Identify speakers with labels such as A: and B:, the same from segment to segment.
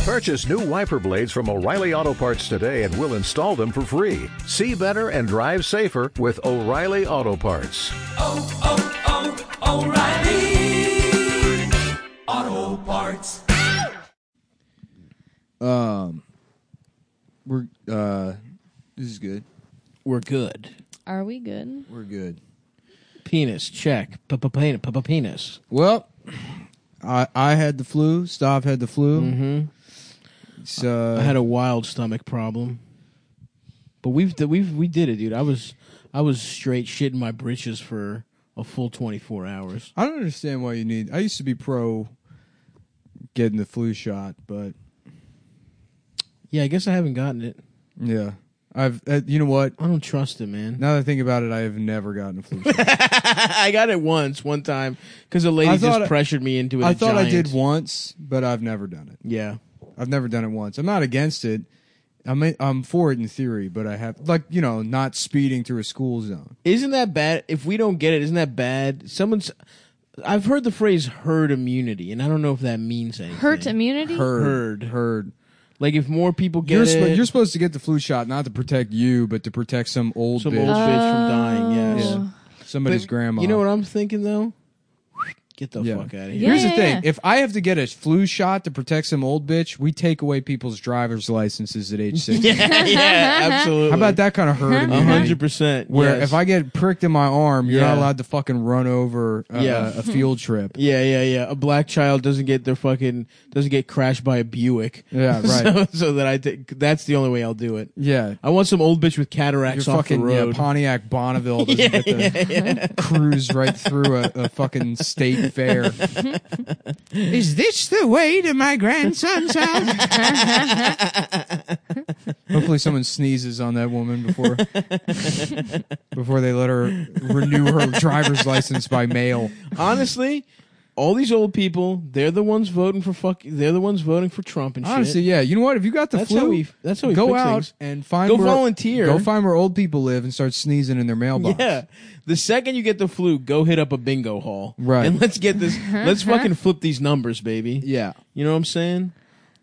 A: Purchase new wiper blades from O'Reilly Auto Parts today and we'll install them for free. See better and drive safer with O'Reilly Auto Parts.
B: oh, oh, O'Reilly Auto Parts.
C: We're uh, this is good.
D: We're good.
E: Are we good?
C: We're good.
D: Penis check. P-p-penis. P-p-penis.
C: Well, I I had the flu. Stav had the flu. Mm-hmm. So
D: I had a wild stomach problem, but we've d- we've we did it, dude. I was I was straight shitting my britches for a full twenty four hours.
C: I don't understand why you need. I used to be pro getting the flu shot, but
D: Yeah, I guess I haven't gotten it.
C: yeah, I've uh, you know what?
D: I don't trust it, man.
C: Now that I think about it, I have never gotten a flu shot.
D: I got it once, one time, because a
C: I
D: lady
C: thought I-
D: just pressured me into it.
C: I
D: at
C: thought I did
D: Giant.
C: once, but I've never done it.
D: Yeah,
C: I've never done it once. I'm not against it. I'm I'm for it in theory, but I have like you know not speeding through a school zone.
D: isn't that bad? If we don't get it, isn't that bad? Someone's. I've heard the phrase herd immunity, and I don't know if that means anything.
E: Hurt immunity?
C: Heard,
D: Heard.
C: heard.
D: Like if more people get
C: You're,
D: it,
C: sp- you're supposed to get the flu shot not to protect you, but to protect some old
D: some
C: bitch,
D: old bitch from dying. Yes.
C: Yeah.
D: But
C: somebody's grandma.
D: You know what I'm thinking though? Get the
C: Yeah.
D: fuck out of here.
E: Yeah.
C: Here's the thing: if I have to get a flu shot to protect some old bitch, we take away people's driver's licenses at age sixty.
D: Yeah, absolutely.
C: How about that kind of herd
D: A
C: immunity?
D: hundred percent.
C: Where
D: yes.
C: if I get pricked in my arm, you're not
D: Yeah.
C: allowed to fucking run over uh,
D: Yeah.
C: a field trip.
D: yeah, yeah, yeah. A black child doesn't get their fucking doesn't get crashed by a Buick.
C: Yeah,
D: So,
C: right.
D: so that I think that's the only way I'll do it.
C: Yeah,
D: I want some old bitch with
C: Your
D: cataracts off
C: fucking
D: the
C: yeah,
D: road.
C: Pontiac Bonneville doesn't get to cruise right through a, a fucking state fair. Is this the way to my grandson's house? Hopefully, someone sneezes on that woman before before they let her renew her driver's license by mail.
D: Honestly, all these old people, they're the ones voting for fuck. They're the ones voting for Trump and
C: Honestly,
D: Oh, shit.
C: yeah. You know what? If you got the
D: That's
C: flu,
D: how we- that's how we
C: go
D: fix
C: out
D: things.
C: and find
D: Go
C: where,
D: volunteer.
C: Go find where old people live and start sneezing in their mailbox.
D: Yeah. The second you get the flu, go hit up a bingo hall.
C: Right.
D: And let's get this. let's
E: Uh-huh.
D: fucking flip these numbers, baby.
C: yeah.
D: You know what I'm saying?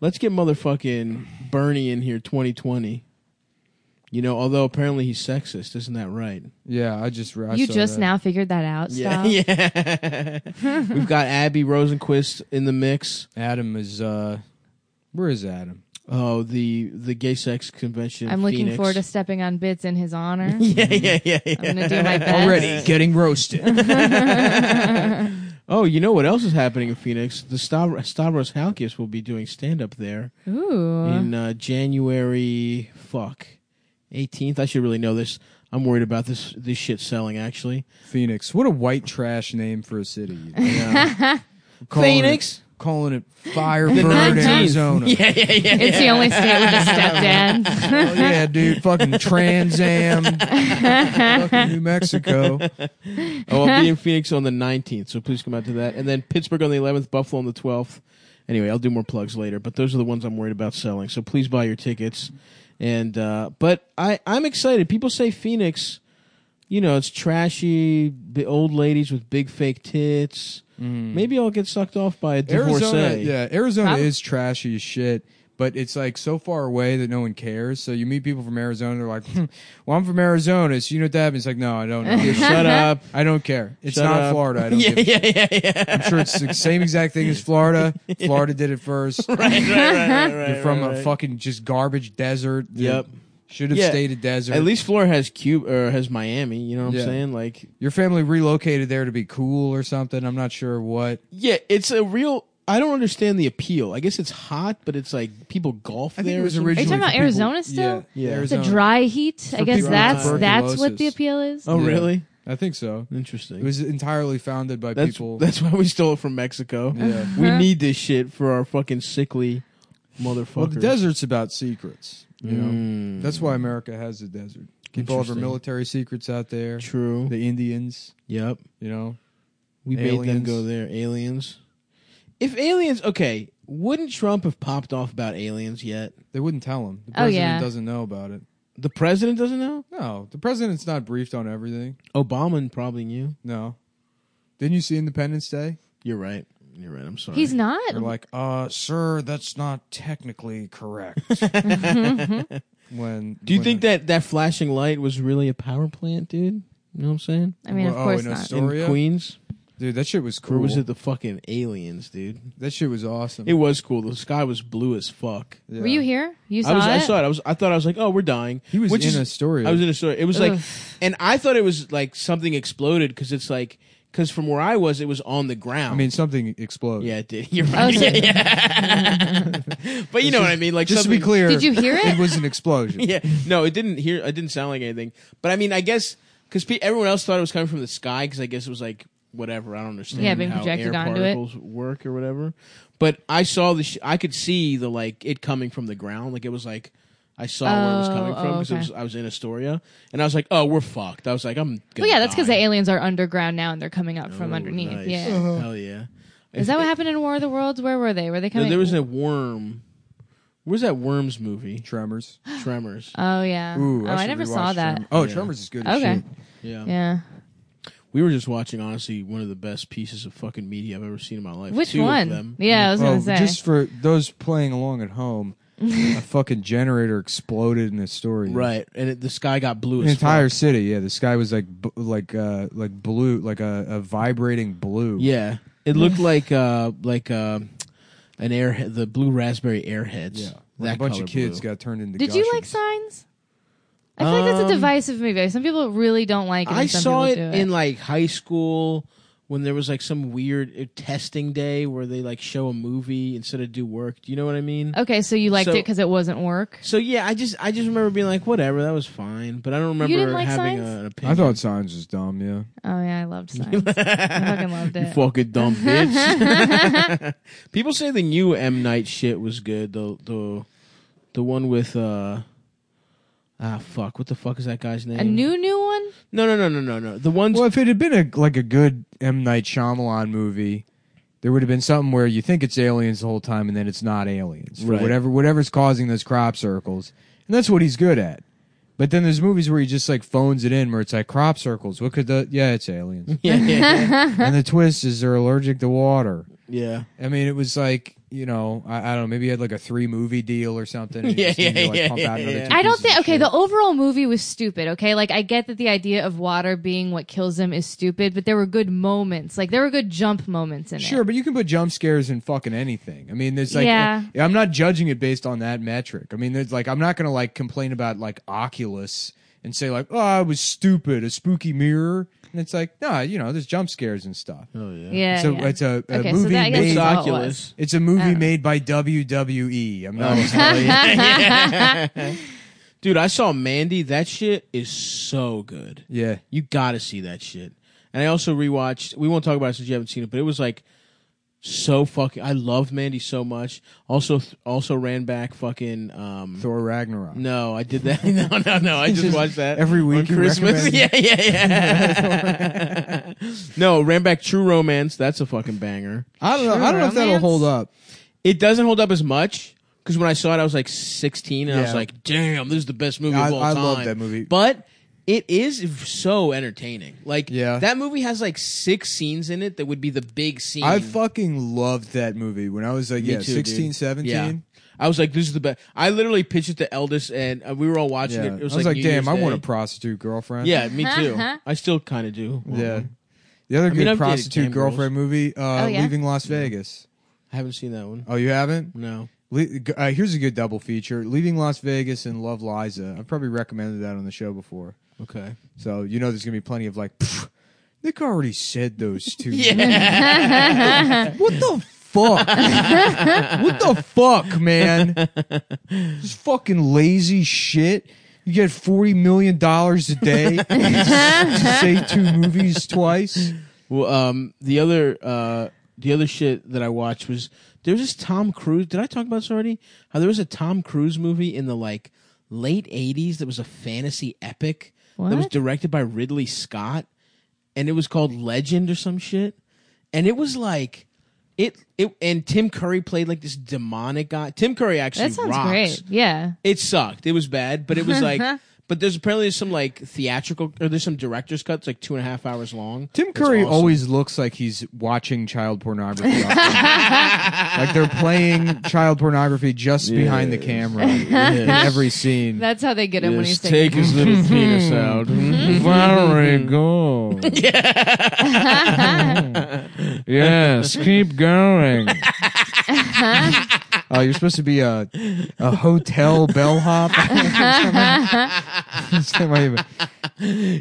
D: Let's get motherfucking Bernie in here 2020. You know, although apparently he's sexist, isn't that right?
C: Yeah, I just I
E: you
C: saw
E: just
C: that.
E: now figured that out. Stop.
D: yeah. We've got Abby Rosenquist in the mix.
C: Adam is uh where is Adam?
D: Oh, the the gay sex convention. in
E: I'm looking
D: Phoenix.
E: forward to stepping on bits in his honor.
D: Yeah, yeah, yeah, yeah.
E: I'm gonna do my best.
C: getting roasted.
D: Oh, you know what else is happening in Phoenix? The Stav- Stavros Halkias will be doing stand up there.
E: Ooh.
D: in uh, January. Fuck, eighteenth. I should really know this. I'm worried about this this shit selling. Actually,
C: Phoenix. What a white trash name for a city. you know? Calling it-
D: Phoenix.
C: calling it Firebird,
D: 19th.
C: Arizona. Yeah.
D: Yeah, yeah, yeah.
E: It's the only state with a stepdad.
C: Hell Oh, yeah, dude. Fucking Trans Am. fucking New Mexico.
D: oh, I'll be in Phoenix on the nineteenth, so please come out to that. And then Pittsburgh on the eleventh, Buffalo on the twelfth. Anyway, I'll do more plugs later, but those are the ones I'm worried about selling. So please buy your tickets. And uh, but I I'm excited. People say Phoenix, you know, it's trashy, b- old ladies with big fake tits. Maybe I'll get sucked off by a divorcee.
C: Mm-hmm. Arizona. Yeah, Arizona
E: Probably-
C: is trashy as shit. But it's like so far away that no one cares. So you meet people from Arizona, they're like, hmm, "Well, I'm from Arizona, so you know what that means." Like, no, I don't. Know.
D: Shut up.
C: I don't care. It's
D: Shut
C: not
D: up.
C: Florida. I don't.
D: yeah,
C: give a
D: yeah, yeah, yeah.
C: I'm sure it's the same exact thing as Florida. Florida did it first.
D: right, right, right, right,
C: You're from
D: right,
C: a
D: right.
C: fucking just garbage desert. that
D: Yep.
C: Should have
D: Yeah.
C: stayed a desert.
D: At least Florida has Cuba or has Miami. You know what I'm
C: Yeah.
D: saying? Like,
C: your family relocated there to be cool or something. I'm not sure what.
D: yeah, it's a real. I don't understand the appeal. I guess it's hot, but it's like people golf there. or something.
E: originally- talking about
C: for people-
E: Arizona still?
C: Yeah,
D: Yeah.
E: It's a
C: Arizona.
E: dry heat. I guess
D: people with
E: that's that's
C: tuberculosis.
E: what the appeal is.
D: Oh,
C: Yeah.
D: really?
C: I think so. It
D: Interesting.
C: was entirely founded by
D: that's
C: people.
D: that's why we stole it from Mexico.
C: Yeah.
D: we need this shit for our fucking sickly motherfuckers.
C: well, the desert's about secrets. You know, that's why America has the desert. Keep all of our
D: Mm. Interesting.
C: military secrets out there.
D: True.
C: The Indians.
D: yep.
C: You know,
D: We made them
C: Aliens.
D: go there. Aliens. If aliens, okay, wouldn't Trump have popped off about aliens yet?
C: they wouldn't tell them. The
E: Oh,
C: president
E: yeah.
C: doesn't know about it.
D: The president doesn't know.
C: No, the president's not briefed on everything.
D: Obama probably knew.
C: No. Didn't you see Independence Day?
D: You're right. You're right. I'm sorry.
E: He's not.
C: They're like, uh, sir, that's not technically correct. when
D: Mm-hmm. Do you think that that flashing light was really a power plant, dude? You know what I'm saying?
E: I mean, of
C: Well, oh,
E: course
C: in a
E: not.
C: story- Doria?
D: In Queens,
C: dude that shit was
D: or
C: cool?
D: was it the fucking aliens, dude?
C: that shit was awesome.
D: It was cool. The sky was blue as fuck.
C: Yeah.
E: Were you here? You saw
D: I was.
E: it?
D: I saw it. I was. I thought I was like, oh, we're dying.
C: He was
D: Which
C: in
D: is-
C: Astoria.
D: I was in a story. It was like,
E: Ugh.
D: and I thought it was like something exploded because it's like because from where I was, it was on the ground.
C: I mean, something exploded.
D: yeah, it did. You're
E: Oh,
D: right.
E: so-
D: but you know what I mean. Like
C: Just to be
D: something-
C: clear,
E: Did you hear it?
C: It was an explosion.
D: yeah. No, it didn't hear. It didn't sound like anything. But I mean, I guess because pe- everyone else thought it was coming from the sky because I guess it was like whatever. I don't understand.
E: Yeah, being
D: how
E: projected
D: air
E: onto it.
D: particles work or whatever. But I saw the. Sh- I could see the like it coming from the ground. Like it was like. I saw where it was
E: Oh,
D: coming from
E: oh,
D: because
E: okay.
D: was, I was in Astoria, and I was like, "Oh, we're fucked." I was like, "I'm."
E: Well,
D: Gonna
E: yeah, that's because
D: because
E: the aliens are underground now and they're coming up
D: Oh,
E: from underneath. Yeah.
D: Hell yeah!
E: Is that what happened in War of the Worlds? Where were they? Were they
D: No,
E: coming?
D: there was a worm. Where's that worms movie?
C: Tremors.
D: Tremors.
E: Oh yeah.
C: Ooh,
E: oh, I,
C: should
E: never
C: rewatch
E: saw that.
C: Tremors. Oh,
D: Yeah.
C: Tremors is good.
E: Okay.
C: As shit.
D: Yeah.
E: Yeah.
D: We were just watching, honestly, one of the best pieces of fucking media I've ever seen in my life.
E: Which
D: Two
E: one?
D: Of them.
E: Yeah, I was
C: Well,
E: gonna say.
C: Oh, just for those playing along at home, a fucking generator exploded in Astoria.
D: Right, and it, the sky got blue.
C: An
D: As
C: entire
D: fuck.
C: city. Yeah, the sky was like b- like uh like blue, like a, a vibrating blue.
D: Yeah, it looked like uh like uh, an air the blue raspberry airheads.
C: yeah.
D: that
C: Like a bunch of
D: color
C: kids
D: blue.
C: got turned into.
E: Did you like
C: gushers.
E: Signs? I feel like that's a
D: Um,
E: divisive movie. Some people really don't like it. and
D: I
E: some
D: saw it,
E: people do it
D: in like high school when there was like some weird uh, testing day where they like show a movie instead of do work. Do you know what I mean?
E: okay, so you liked
D: So-
E: it because it wasn't work.
D: So yeah, I just I just remember being like, whatever, that was fine, but I don't remember
E: didn't like
D: having
E: Signs?
D: a, an opinion.
C: I thought Signs was dumb. Yeah.
E: Oh yeah, I loved Signs. I fucking loved
D: You
E: it.
D: fucking dumb bitch. People say the new M Night shit was good. The the the one with uh ah fuck. What the fuck is that guy's name?
E: a new new one?
D: no no no no no no. The ones
C: Well, if it had been a like a good M Night Shyamalan movie, there would have been something where you think it's aliens the whole time, and then it's not aliens for
D: Right.
C: whatever whatever's causing those crop circles, and that's what he's good at. But then there's movies where he just like phones it in, where it's like crop circles. What could the yeah, it's aliens.
D: yeah yeah
C: and the twist is they're allergic to water.
D: yeah.
C: I mean, it was like you know, I, I don't know, maybe he had like a three movie deal or something. and he
D: Yeah,
C: just needed to,
D: yeah,
C: like,
D: yeah,
C: pump out
D: yeah,
C: another
D: yeah.
C: two
E: I don't
C: pieces of
E: think. Okay,
C: shit.
E: the overall movie was stupid. Okay, like I get that the idea of water being what kills them is stupid, but there were good moments. Like there were good jump moments in it.
C: Sure, but you can put jump scares in fucking anything. I mean, there's like,
E: Yeah.
C: uh, I'm not judging it based on that metric. I mean, there's like, I'm not gonna like complain about like Oculus and say like, oh, I was stupid, a spooky mirror, and it's like, nah, you know, there's jump scares and stuff.
D: Oh yeah.
E: Yeah.
C: It's a-
E: yeah.
C: it's a- a
E: okay, so
C: movie
E: that, I guess
C: made-
E: that's all it
D: Oculus.
E: was.
C: It's a
E: Oh.
C: movie made by WWE. I'm not.
D: Oh. Dude, I saw Mandy. That shit is so good.
C: Yeah.
D: You gotta see that shit. And I also rewatched. We won't talk about it since you haven't seen it, but it was like so fucking. I love Mandy so much. Also, also ran back fucking. Um,
C: Thor Ragnarok.
D: No, I did that. No, no, no. I just
C: Just
D: watched that
C: every week
D: on
C: you
D: Christmas.
C: recommend-
D: Yeah, yeah, yeah. no, ran back True Romance. That's a fucking banger.
C: I don't know.
E: True
C: I don't know if that'll
E: Romance?
C: hold up.
D: It doesn't hold up as much because when I saw it, I was like 16, and I was
C: Yeah.
D: like, "Damn, this is the best movie
C: I-
D: of all
C: I
D: time."
C: love that movie.
D: but it is so entertaining. Like,
C: Yeah.
D: that movie has like six scenes in it that would be the big scene.
C: I fucking loved that movie when I was like,
D: Me
C: yeah,
D: too,
C: 16,
D: dude.
C: 17.
D: Yeah. I was like, "This is the best." I literally pitched it to Eldest, and uh, we were all watching
C: Yeah.
D: it. It was
C: I was like,
D: New
C: damn,
D: Year's
C: I want
D: Day.
C: a prostitute girlfriend.
D: Yeah, me too. I still kind of do. want
C: Yeah.
D: one.
C: The other
D: mean,
C: good
D: I've dated
C: prostitute
D: cam girls.
C: girlfriend movie, uh,
E: Oh, yeah?
C: Leaving Las Vegas.
D: I haven't seen that one.
C: Oh, you haven't?
D: No.
C: Le- g- uh, here's a good double feature: Leaving Las Vegas and Love Liza. I've probably recommended that on the show before,
D: Okay.
C: so you know there's gonna be plenty of like. "Pfft, Nick already said those two.
D: Yeah.
C: What the fuck? what the fuck, man? This fucking lazy shit. You get forty million dollars a day to say two movies twice.
D: well, um, the other uh, the other shit that I watched was there was this Tom Cruise. Did I talk about this already? How there was a Tom Cruise movie in the like late '80s that was a fantasy epic that was
E: What?
D: directed by Ridley Scott, and it was called Legend or some shit, and it was like. It, it and Tim Curry played like this demonic guy. Tim Curry actually
E: That sounds
D: rocks.
E: great. Yeah.
D: It sucked. It was bad, but it was like, But there's apparently some like theatrical or there's some director's cuts like two and a half hours long.
C: Tim
D: It's
C: Curry
D: awesome.
C: always looks like he's watching child pornography. like they're playing child pornography just behind the
D: Yes.
C: camera in every scene.
E: That's how they get him when he's
D: Yes,
E: taking.
D: take his little penis out.
C: Mm-hmm. Valerie, go. yes, keep going. Oh, you're supposed to be a a hotel bellhop. It's like, wait a minute.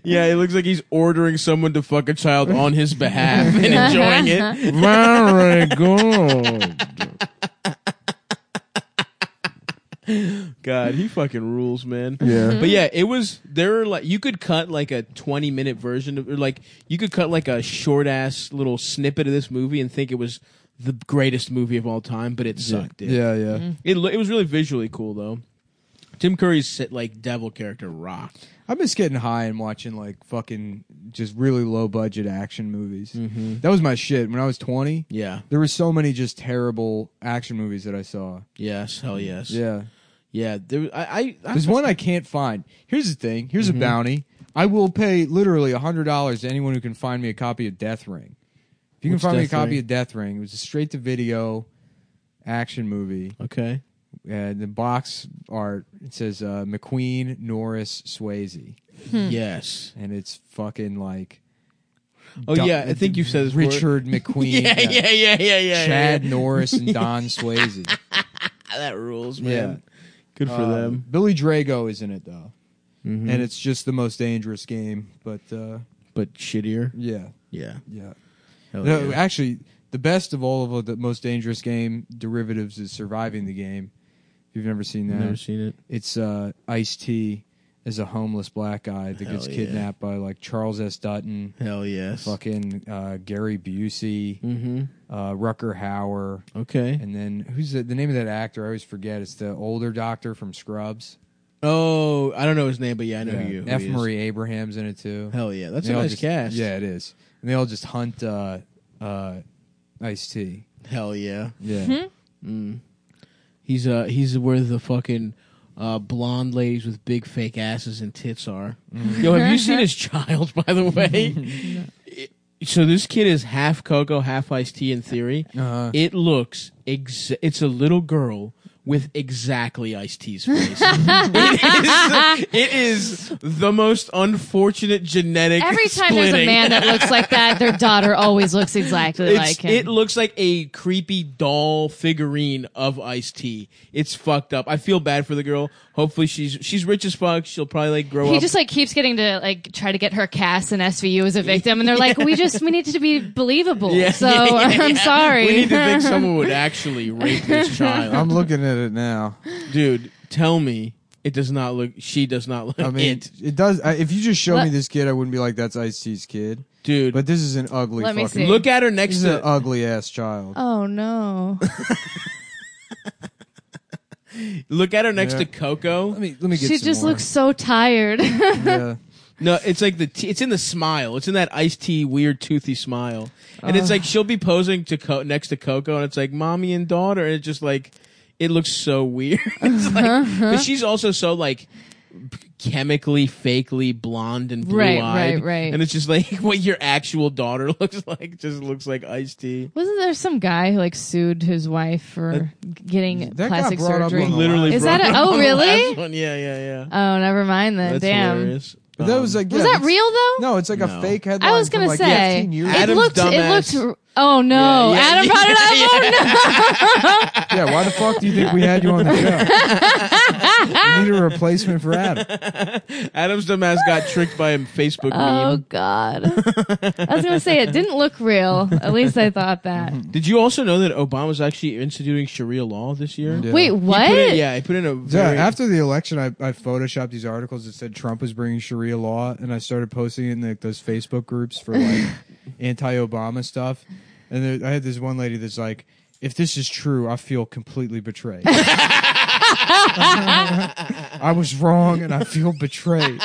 D: Yeah, it looks like he's ordering someone to fuck a child on his behalf and enjoying it.
C: Very good.
D: God, he fucking rules, man.
C: Yeah.
D: But yeah, it was there are like you could cut like a 20 minute version of or like you could cut like a short ass little snippet of this movie and think it was the greatest movie of all time, but it sucked. dude.
C: Yeah, Mm-hmm. yeah.
D: It lo- it was really visually cool though. Tim Curry's like devil character rocked.
C: I miss getting high and watching like fucking just really low budget action movies. That was my shit when I was 20.
D: Yeah.
C: There were so many just terrible action movies that I saw.
D: Yes. Hell yes.
C: Yeah.
D: Yeah. There, was- I. I, I
C: There's one I can't find. Here's the thing. Here's
D: Mm-hmm.
C: a bounty. I will pay literally hundred dollars to anyone who can find me a copy of Death Ring. If you can
D: What's
C: find me a
D: Death
C: copy
D: Ring?
C: of Death Ring, it was a straight to video action movie.
D: Okay.
C: And the box art it says uh, McQueen, Norris, Swayze,
D: Yes.
C: and it's fucking like
D: Oh
C: Don-
D: yeah. I think you said this. word.
C: Richard McQueen,
D: Yeah.
C: yeah,
D: Yeah. Yeah. Yeah. Yeah.
C: Chad
D: yeah.
C: Norris, and Don Swayze.
D: That rules, man. Good for
C: Um,
D: them. Mm-hmm.
C: Billy Drago is in it though, and it's just the most dangerous game. But uh,
D: But shittier.
C: yeah,
D: Yeah.
C: yeah.
D: Hell
C: No,
D: Oh, yeah.
C: actually, the best of all of the most dangerous game derivatives is surviving the game. If you've never seen that,
D: Never seen it.
C: it's uh, Ice T as a homeless black guy that
D: Hell
C: gets
D: yeah.
C: kidnapped by like Charles S. Dutton,
D: Hell yes.
C: fucking uh, Gary Busey,
D: Mm-hmm.
C: uh, Rucker Hauer,
D: Okay.
C: and then who's the, the name of that actor? I always forget. It's the older doctor from Scrubs.
D: Oh, I don't know his name, but yeah, I know who you. who
C: F.
D: he is.
C: Murray Abraham's in it too.
D: Hell yeah. That's
C: They
D: a
C: all
D: nice
C: just-
D: cast.
C: Yeah, it is. And they all just hunt uh, uh, Ice T.
D: Hell yeah.
C: Yeah.
D: He's uh he's where the fucking uh, blonde ladies with big fake asses and tits are. Yo, have you seen his child? By the way, It- so this kid is half cocoa, half iced tea. In theory,
C: Uh-huh.
D: it looks ex- it's a little girl with exactly iced tea's face. it, is, it is the most unfortunate genetic.
E: Every time there's a
D: splitting.
E: man that looks like that, their daughter always looks exactly
D: It's-
E: like him.
D: It looks like a creepy doll figurine of Ice T. It's fucked up. I feel bad for the girl. Hopefully she's she's rich as fuck. She'll probably like grow
E: he
D: up.
E: just like keeps getting to like try to get her cast in SVU as a victim, and they're like, "We just we need to be believable."
D: Yeah,
E: so
D: yeah, yeah,
E: I'm
D: yeah.
E: sorry.
D: We need to think someone would actually rape this
C: I'm
D: child.
C: looking at it now.
D: Dude, tell me it does not look. She does not look.
C: I mean,
D: it,
C: it, does. I, if you just showed me
E: Let-
C: this kid, I wouldn't be like, "That's Ice T's kid."
D: dude.
C: But this is an ugly.
E: Let me
C: fucking,
E: see.
D: look at her next
C: This is an
D: to.
C: ugly ass child.
E: oh no!
D: look at her next
C: Yeah.
D: to Coco.
C: Let me let me get.
E: She
C: some
E: just
C: more.
E: looks so tired.
C: Yeah.
D: No, it's like the t- it's in the smile. It's in that iced tea weird toothy smile, and it's
E: Ah.
D: like she'll be posing to co- next to Coco, and it's like mommy and daughter, and it's just like it looks so weird. it's
E: Uh-huh,
D: like, but she's also so like chemically, fakely blonde and blue eyed,
E: Right, right, right.
D: And it's just like what your actual daughter looks like just looks like iced tea.
E: Wasn't there some guy who like sued his wife for getting
C: that got
E: plastic
C: brought up
E: surgery?
C: on the
D: Literally,
E: Is
D: brought
E: that
D: up
E: a- oh,
D: on the
E: really?
D: last one. Yeah, yeah, yeah.
E: oh, never mind then.
D: That's
E: Damn.
D: hilarious.
C: But that
D: Um,
C: was like.
E: Was
C: yeah,
E: that
C: that's-
E: real though?
C: No, it's like a
D: No.
C: fake headline.
E: I was
C: from,
E: gonna
C: like,
E: say
C: 15 years
E: it
D: Adam's
C: ago.
E: looked.
D: dumbass.
E: It looked. Oh no!
D: Yeah, yeah,
E: Adam
D: yeah,
E: brought it up.
D: yeah.
E: Oh, no!
C: Yeah, why the fuck do you think we had you on the show? we need a replacement for Adam.
D: Adam's dumbass got tricked by a Facebook
E: Oh
D: meme.
E: God! I was gonna say it didn't look real. At least I thought that.
D: Did you also know that Obama's actually instituting Sharia law this year?
C: Yeah.
E: Wait,
D: He
E: what?
D: put in- yeah, he put in a
C: Yeah,
D: very,
C: after the election, I, I photoshopped these articles that said Trump was bringing Sharia law, and I started posting it in like those Facebook groups for like anti-Obama stuff. And there, I had this one lady that's like, "If this is true, I feel completely betrayed. I was wrong, and I feel betrayed."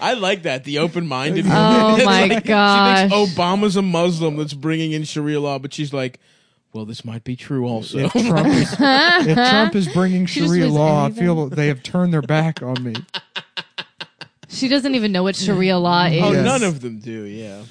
D: I like that the open-minded.
E: Oh
D: It's
E: my
D: She
E: gosh!
D: thinks Obama's a Muslim that's bringing in Sharia law, but she's like, well, this might be true also.
C: If Trump is, if Trump is bringing
E: just
C: Sharia
E: was
C: law, I
E: anything.
C: feel they have turned their back on me.
E: She doesn't even know what Sharia law is.
D: Oh,
C: Yes.
D: none of them do. Yeah,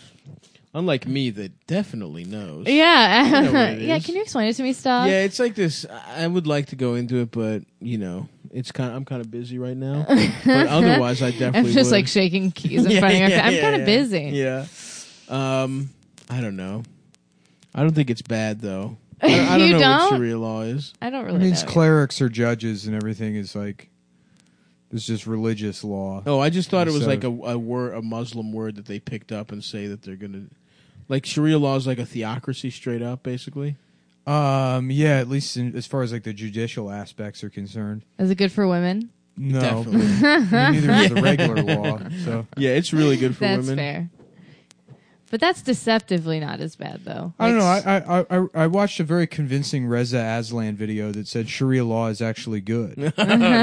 D: unlike me, that definitely knows. know what
E: Yeah.
D: it
E: yeah,
D: is.
E: can you explain it to me, Stop?
D: Yeah, it's like this. I I would like to go into it, but you know, it's kind. I'm kind of busy right now. but otherwise, I definitely.
E: I'm just
D: would.
E: like shaking keys in front of
D: Yeah,
E: her.
D: yeah,
E: I'm
D: yeah,
E: kind of
D: yeah.
E: busy.
D: Yeah. Um, I don't know. I don't think it's bad though. I don't, I don't
E: You
D: know what
E: don't?
D: Sharia law is.
E: I don't
C: It
E: really know.
C: means
E: yet.
C: clerics are judges and everything is like it's just religious law.
D: Oh, I just thought it was
C: So-
D: like a, a word, a Muslim word that they picked up and say that they're gonna, like Sharia law is like a theocracy straight up, basically.
C: Um, yeah, at least in, as far as like the judicial aspects are concerned.
E: Is it good for women?
C: No,
D: Definitely.
C: I mean, neither is the regular law. So
D: yeah, it's really good for
E: that's
D: women.
E: fair. But that's deceptively not as bad, though.
C: I don't know.
E: Like,
C: I, I I I watched a very convincing Reza Aslan video that said Sharia law is actually good.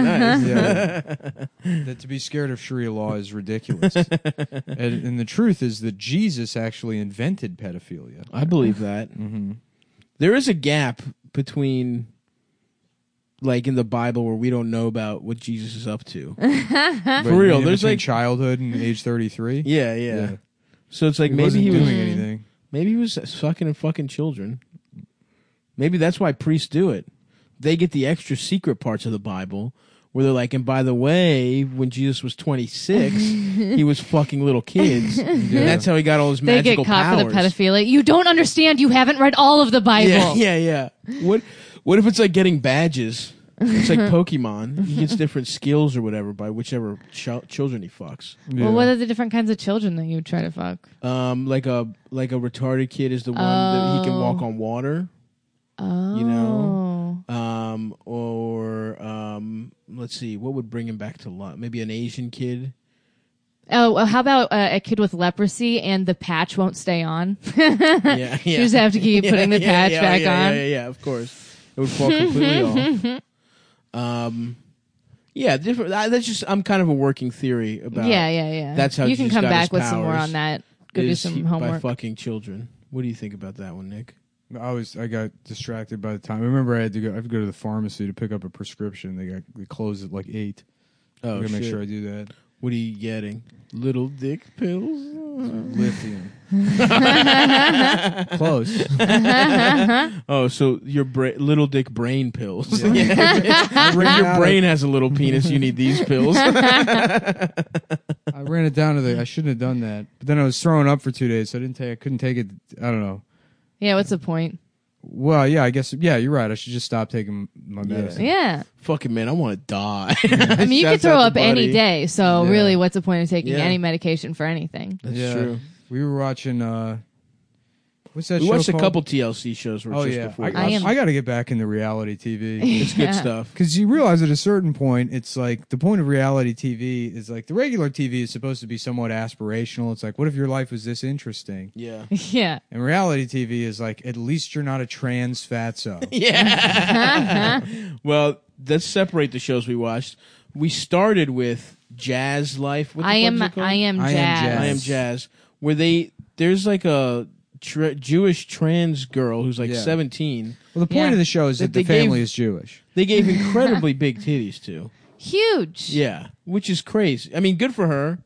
C: Yeah. that to be scared of Sharia law is ridiculous. and, and the truth is that Jesus actually invented pedophilia.
D: I believe that. Mm-hmm. is a gap between, like in the Bible, where we don't know about what Jesus is up to.
C: For
D: real, there's like-
C: childhood and age thirty three.
D: yeah, yeah,
C: Yeah.
D: So it's like
C: he
D: maybe
C: wasn't
D: he was
C: doing anything.
D: Maybe he was fucking and fucking children. Maybe that's why priests do it. They get the extra secret parts of the Bible where they're like, and by the way, when Jesus was 26, he was fucking little kids. And that's how he got all his
E: they
D: magical
E: get caught
D: powers.
E: for the pedophilia. You don't understand. You haven't read all of the Bible.
D: Yeah, yeah, yeah. What, what if it's like getting badges? It's like Pokemon. He gets different skills or whatever by whichever ch- children he fucks.
E: Well, what are the different kinds of children that you try to fuck?
D: Um, like a like a retarded kid is the one that he can walk on water.
E: Oh.
D: You know. um, or um, let's see, what would bring him back to life? Maybe an Asian kid.
E: Oh, well, how about uh, a kid with leprosy and the patch won't stay on?
D: Yeah, yeah.
E: You just have to keep putting the
D: Yeah,
E: patch
D: yeah,
E: back
D: yeah, Yeah,
E: on.
D: yeah, yeah, of course, it would fall completely off. Um, yeah, different. I, that's just I'm kind of a working theory about.
E: Yeah, yeah, yeah.
D: That's how
E: you can
D: Jesus
E: come
D: got his
E: back with some more
D: powers,
E: on that. Go do
D: is he-
E: some
D: by
E: homework.
D: fucking children. What do you think about that one, Nick?
C: I was I got distracted by the time. I remember I had to go. I have to go to the pharmacy to pick up a prescription. They got they closed at like eight.
D: Oh,
C: I'm gonna make
D: shit.
C: sure I do that.
D: What are you getting? Little dick pills.
C: Lithium. Close.
D: Oh, so your bra- little dick brain pills.
C: your
D: your brain has a little penis. You need these pills.
C: I ran it down to the. I shouldn't have done that. But then I was throwing up for two days. So I didn't take. I couldn't take it. I don't know.
E: yeah, what's the point?
C: Well, yeah, I guess. Yeah, you're right. I should just stop taking my medicine.
E: Yeah.
D: Fucking man, I want to die.
E: I mean, you could throw up any day. So
C: Yeah.
E: really, what's the point of taking
D: Yeah.
E: any medication for anything?
D: That's
C: Yeah.
D: true.
C: We were watching. uh What's that?
D: We
C: show
D: watched a
C: called?
D: couple TLC shows
C: Oh
D: just
C: yeah,
D: before.
C: I,
D: this.
E: I am-
C: got to get back into reality TV
D: It's good stuff.
C: because you realize at a certain point, it's like the point of reality TV is like the regular TV is supposed to be somewhat aspirational. It's like, what if your life was this interesting?
D: Yeah.
E: yeah.
C: And reality TV is like, at least you're not a trans fatso.
D: Yeah. well, let's separate the shows we watched. We started with Jazz Life. What the
E: I
D: fuck
E: am,
D: is it called?
E: I am
C: I
E: jazz.
C: am jazz.
D: I am Jazz. Where they there's like a tra- Jewish trans girl who's like
C: Yeah.
D: 17.
C: Well, the point
E: Yeah.
C: of the show is that,
D: That
C: the
D: they gave-
C: family is Jewish.
D: They gave incredibly big titties to.
E: Huge.
D: Yeah, which is crazy. I mean, good for her.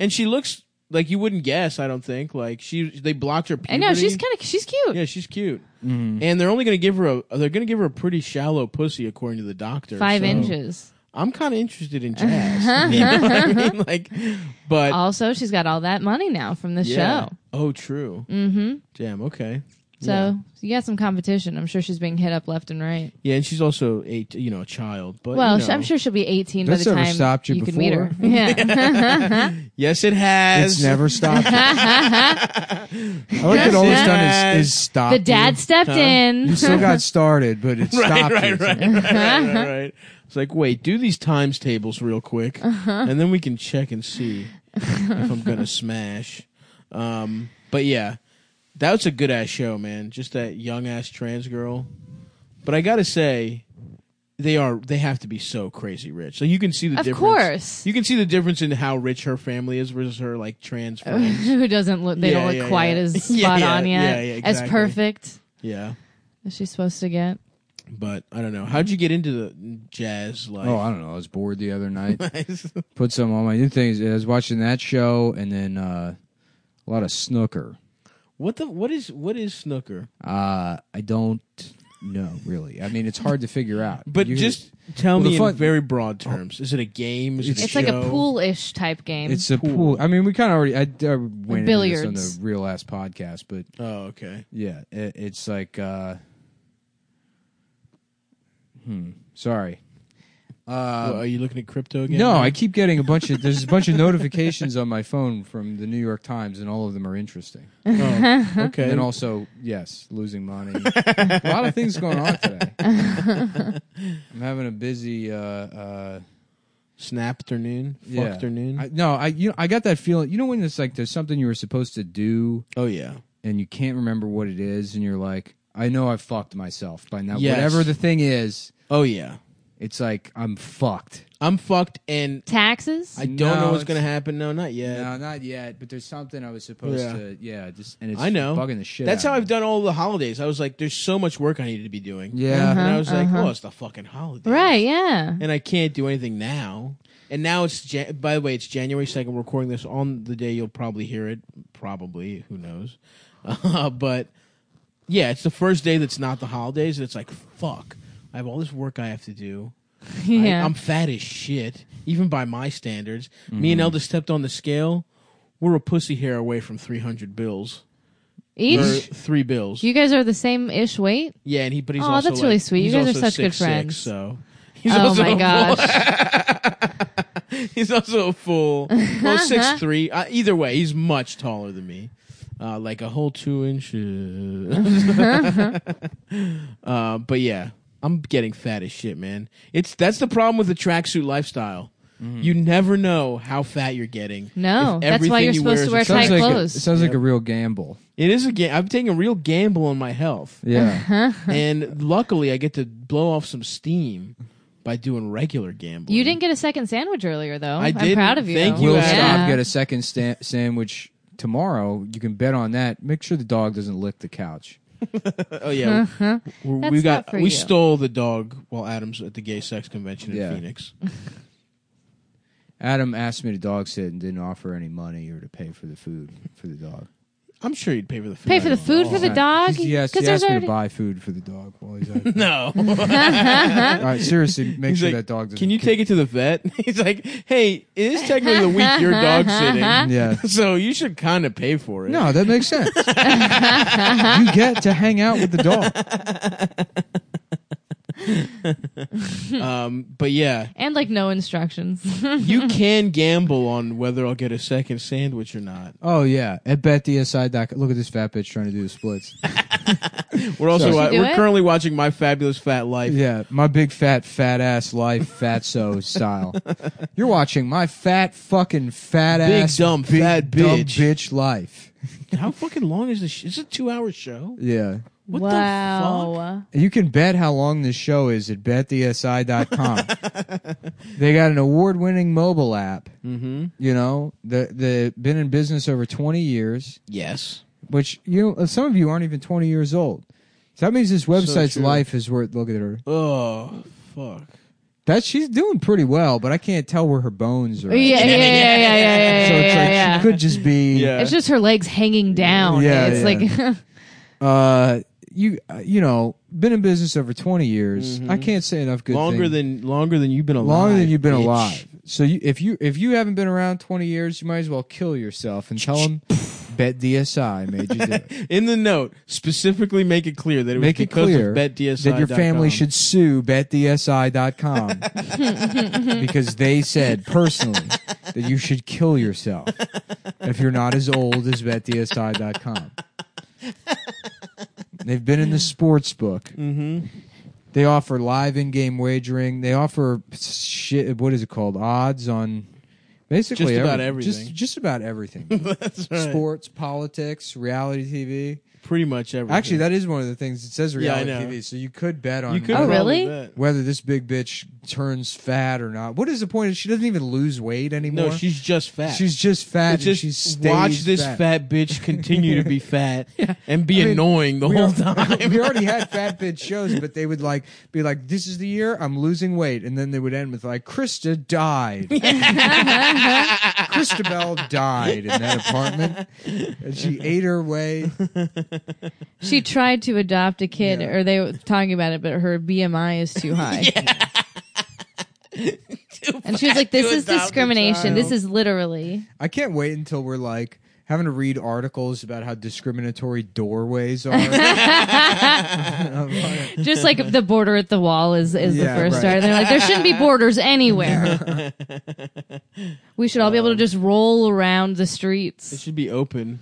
D: And she looks like you wouldn't guess. I don't think like she they blocked her. Puberty.
E: I know she's kind of she's cute.
D: Yeah, she's cute.
C: Mm-hmm.
D: And they're only going to give her a they're going to give her a pretty shallow pussy according to the doctor.
E: Five
D: so
E: inches.
D: I'm kind of interested in jazz. you know what I mean? Like but
E: Also, she's got all that money now from the
D: yeah.
E: show. Mm-hmm.
D: Oh, true. Mhm. Damn, okay.
E: So you got some competition. I'm sure she's being hit up left and right.
D: Yeah, and she's also a you know, a child, but
E: Well,
D: you know.
E: I'm sure she'll be 18
C: That's
E: by the
C: never
E: time
C: stopped you
E: can meet her.
C: before.
E: Yeah.
D: Yes, it has.
C: It's never stopped. I like that all it's done is, is stop.
E: the
C: you.
E: dad stepped in.
C: You still got started, but it
D: Right,
C: stopped. you.
D: right, right, right, right, right, right. It's like, wait, do these times tables real quick, and then we can check and see if I'm gonna smash. Um, but yeah, that was a good ass show, man. Just that young ass trans girl. But I gotta say, they are they have to be so crazy rich. So you can see the
E: Of
D: difference.
E: course.
D: you can see the difference in how rich her family is versus her like trans friends.
E: Who doesn't look? They
D: Yeah,
E: don't look
D: yeah,
E: quite
D: yeah.
E: as
D: Yeah,
E: spot
D: yeah,
E: on yet.
D: yeah, yeah,
E: As
D: exactly.
E: perfect
D: yeah.
E: as she's supposed to get.
D: But I don't know. How'd you get into the jazz life?
C: Oh, I don't know. I was bored the other night.
D: Nice.
C: Put some on my new things. I was watching that show and then uh, a lot of snooker.
D: what the what is what is snooker?
C: Uh, I don't know really. I mean, it's hard to figure out.
D: But
C: You-
D: just tell
C: Well, the
D: me
C: fun-
D: in very broad terms. Is it a game? Is it a
E: It's like a
D: show?
E: pool ish type game.
D: uh,
C: it's a pool. I mean, we kind of already. I, I went billiards. into this
E: Billiards.
C: on the real ass podcast, but
D: Oh, okay.
C: yeah, it, it's like. Uh, hmm. Sorry.
D: Well, are you looking at crypto again?
C: Uh, No, I keep getting a bunch of there's a bunch of notifications on my phone from the New York Times, and all of them are interesting.
D: Oh, okay.
C: And also, yes, losing money. a lot of things going on today. I'm having a busy. Uh, uh,
D: Snap afternoon.
C: yeah.
D: Fuck afternoon.
C: I, no, I you know, I got that feeling. You know when it's like there's something you were supposed to do
D: oh yeah.
C: and you can't remember what it is, and you're like, I know I fucked myself by now.
D: Yes.
C: Whatever the thing is,
D: Oh yeah.
C: it's like I'm fucked.
D: I'm fucked, and
E: Taxes?
D: I don't
C: No,
D: know
C: it's-
D: what's gonna happen. No, not yet.
C: No, not yet. But there's something I was supposed
D: Yeah.
C: to. Yeah, just and it's
D: I know.
C: bugging the shit.
D: That's
C: out
D: how
C: of me.
D: I've done all the holidays. I was like, there's so much work I needed to be doing.
C: Yeah.
D: And I was like, well, it's the fucking holiday.
E: right, yeah.
D: And I can't do anything now. And now it's, Jan- by the way, it's January 2nd. We're recording this on the day you'll probably hear it. Probably. Who knows? Uh, but yeah, it's the first day that's not the holidays. And it's like, fuck. I have all this work I have to do.
E: Yeah.
D: I, I'm fat as shit, even by my standards. Me
E: Mm-hmm.
D: and Elda stepped on the scale. We're a pussy hair away from 300 bills. Or
E: Each?
D: three bills.
E: You guys are the same ish weight?
D: Yeah, and he but he's
E: Aw,
D: also
E: that's
D: like-
E: really sweet. You
D: he's
E: guys are
D: also
E: such good
D: 6'6",
E: friends.
D: so he's
E: oh
D: also
E: my
D: a full-
E: gosh.
D: he's also a full
E: Uh-huh.
D: well six three. Uh, either way, he's much taller than me, uh, like a whole two inches. uh, but yeah, I'm getting fat as shit, man. It's that's the problem with the tracksuit lifestyle. You never know how fat you're getting.
E: No,
D: If
E: that's why
D: everything
E: you're
D: you
E: supposed to
D: wear
E: wear
D: is a
C: like
E: tight
C: a, it
E: clothes.
C: sounds like a real gamble.
D: It is a game. I'm taking a real gamble on my health.
C: Yeah,
D: and luckily I get to blow off some steam by doing regular gambling.
E: you didn't get a second sandwich earlier, though.
D: I
E: am
D: didn't.
E: proud of you.
D: Thank you,
C: we'll
D: Adam.
C: stop.
E: Yeah.
C: Get a second sta- sandwich tomorrow. You can bet on that. Make sure the dog doesn't lick the couch. Uh,
D: Oh yeah, we, we
E: That's
D: got
E: not for
D: we
E: you.
D: stole the dog while Adams at the gay sex convention in
C: Yeah.
D: Phoenix.
C: Adam asked me to dog sit and didn't offer any money or to pay for the food for the dog.
D: I'm sure you'd pay for the food.
E: Pay for the food for the
D: Oh.
E: dog?
C: He asked, he
E: there's
C: asked me
E: already.
C: to buy food for the dog while he's out.
D: No,
C: All right, seriously, make
D: he's
C: sure
D: like,
C: that dog doesn't.
D: can you take it to the vet? He's like, hey, it is technically the week your dog sitting,
C: Yeah.
D: so you should kind of pay for it.
C: No, that makes sense. you get to hang out with the dog.
D: um, but yeah,
E: And like no instructions.
D: you can gamble on whether I'll get a second sandwich or not.
C: Oh yeah, at betdsi.com. Look at this fat bitch trying to do the splits.
D: We're also
E: Should you do
D: we're
E: it?
D: currently watching My Fabulous Fat Life.
C: Yeah, my big fat fat ass life fatso style. You're watching my fat fucking fat
D: Big
C: ass
D: dumb
C: big
D: fat
C: dumb
D: bitch.
C: bitch life.
D: How fucking long is this? Sh- it's a two-hour show.
C: Yeah.
D: What the fuck?
E: wow.
C: You can bet how long this show is at betdsi.com. they got an award-winning mobile app. Mm-hmm. You know, the the been in business over 20 years.
D: Yes.
C: which you know, some of you aren't even 20 years old. So that means this website's
D: true.
C: life is worth. Look at her.
D: Oh fuck.
C: That she's doing pretty well, but I can't tell where her bones are. at.
E: Yeah, yeah, yeah, yeah, yeah, yeah, yeah,
C: So it's
E: yeah,
C: like
E: yeah.
C: she could just be.
D: Yeah.
E: It's just her legs hanging down.
C: Yeah,
E: it's
C: yeah.
E: like
C: Uh, you uh, you know, been in business over 20 years. I can't say enough good.
D: Mm-hmm. longer
C: things.
D: than longer than you've been alive.
C: longer than you've been
D: bitch.
C: alive. So you, if you if you haven't been around 20 years, you might as well kill yourself and tell them. Bet DSI made you do it.
D: In the note, specifically make it clear that it was
C: Make it
D: because
C: clear
D: of BetDSI.
C: that your family should sue betdsi.com because they said personally that you should kill yourself if you're not as old as betdsi.com. They've been in the sports book. Mm-hmm. They offer live in-game wagering. They offer shit. What is it called? Odds on basically
D: Just about
C: every-
D: everything.
C: Just, just about everything.
D: That's right.
C: Sports, politics, reality TV.
D: pretty much everything.
C: Actually, that is one of the things it says
D: Yeah, I
C: reality
D: know.
C: TV. So you could bet on
D: you could
E: Oh,
D: probably
E: really?
D: bet.
C: whether this big bitch turns fat or not. What is the point? She doesn't even lose weight anymore.
D: No, she's just fat.
C: She's just fat.
D: It's
C: and
D: just
C: she stays
D: watch this
C: fat.
D: fat. bitch continue to be fat and be
C: I mean,
D: annoying the
C: we
D: whole
C: al-
D: time.
C: we already had fat bitch shows, but they would like be like, "This is the year I'm losing weight," and then they would end with like, "Krista died." Christabel died in that apartment, and she ate her way.
E: She tried to adopt a kid, or they were talking about it, but her BMI is too high. and she was like, "This
D: to
E: is
D: adopt a
E: discrimination. This
C: child."
E: is literally."
C: I can't wait until we're like having to read articles about how discriminatory doorways are.
E: Just like if the border at the wall is is
C: Yeah,
E: the first
C: right.
E: star. They're like, there shouldn't be borders anywhere. we should all be
C: Um,
E: able to just roll around the
D: It
E: streets.
D: should be open.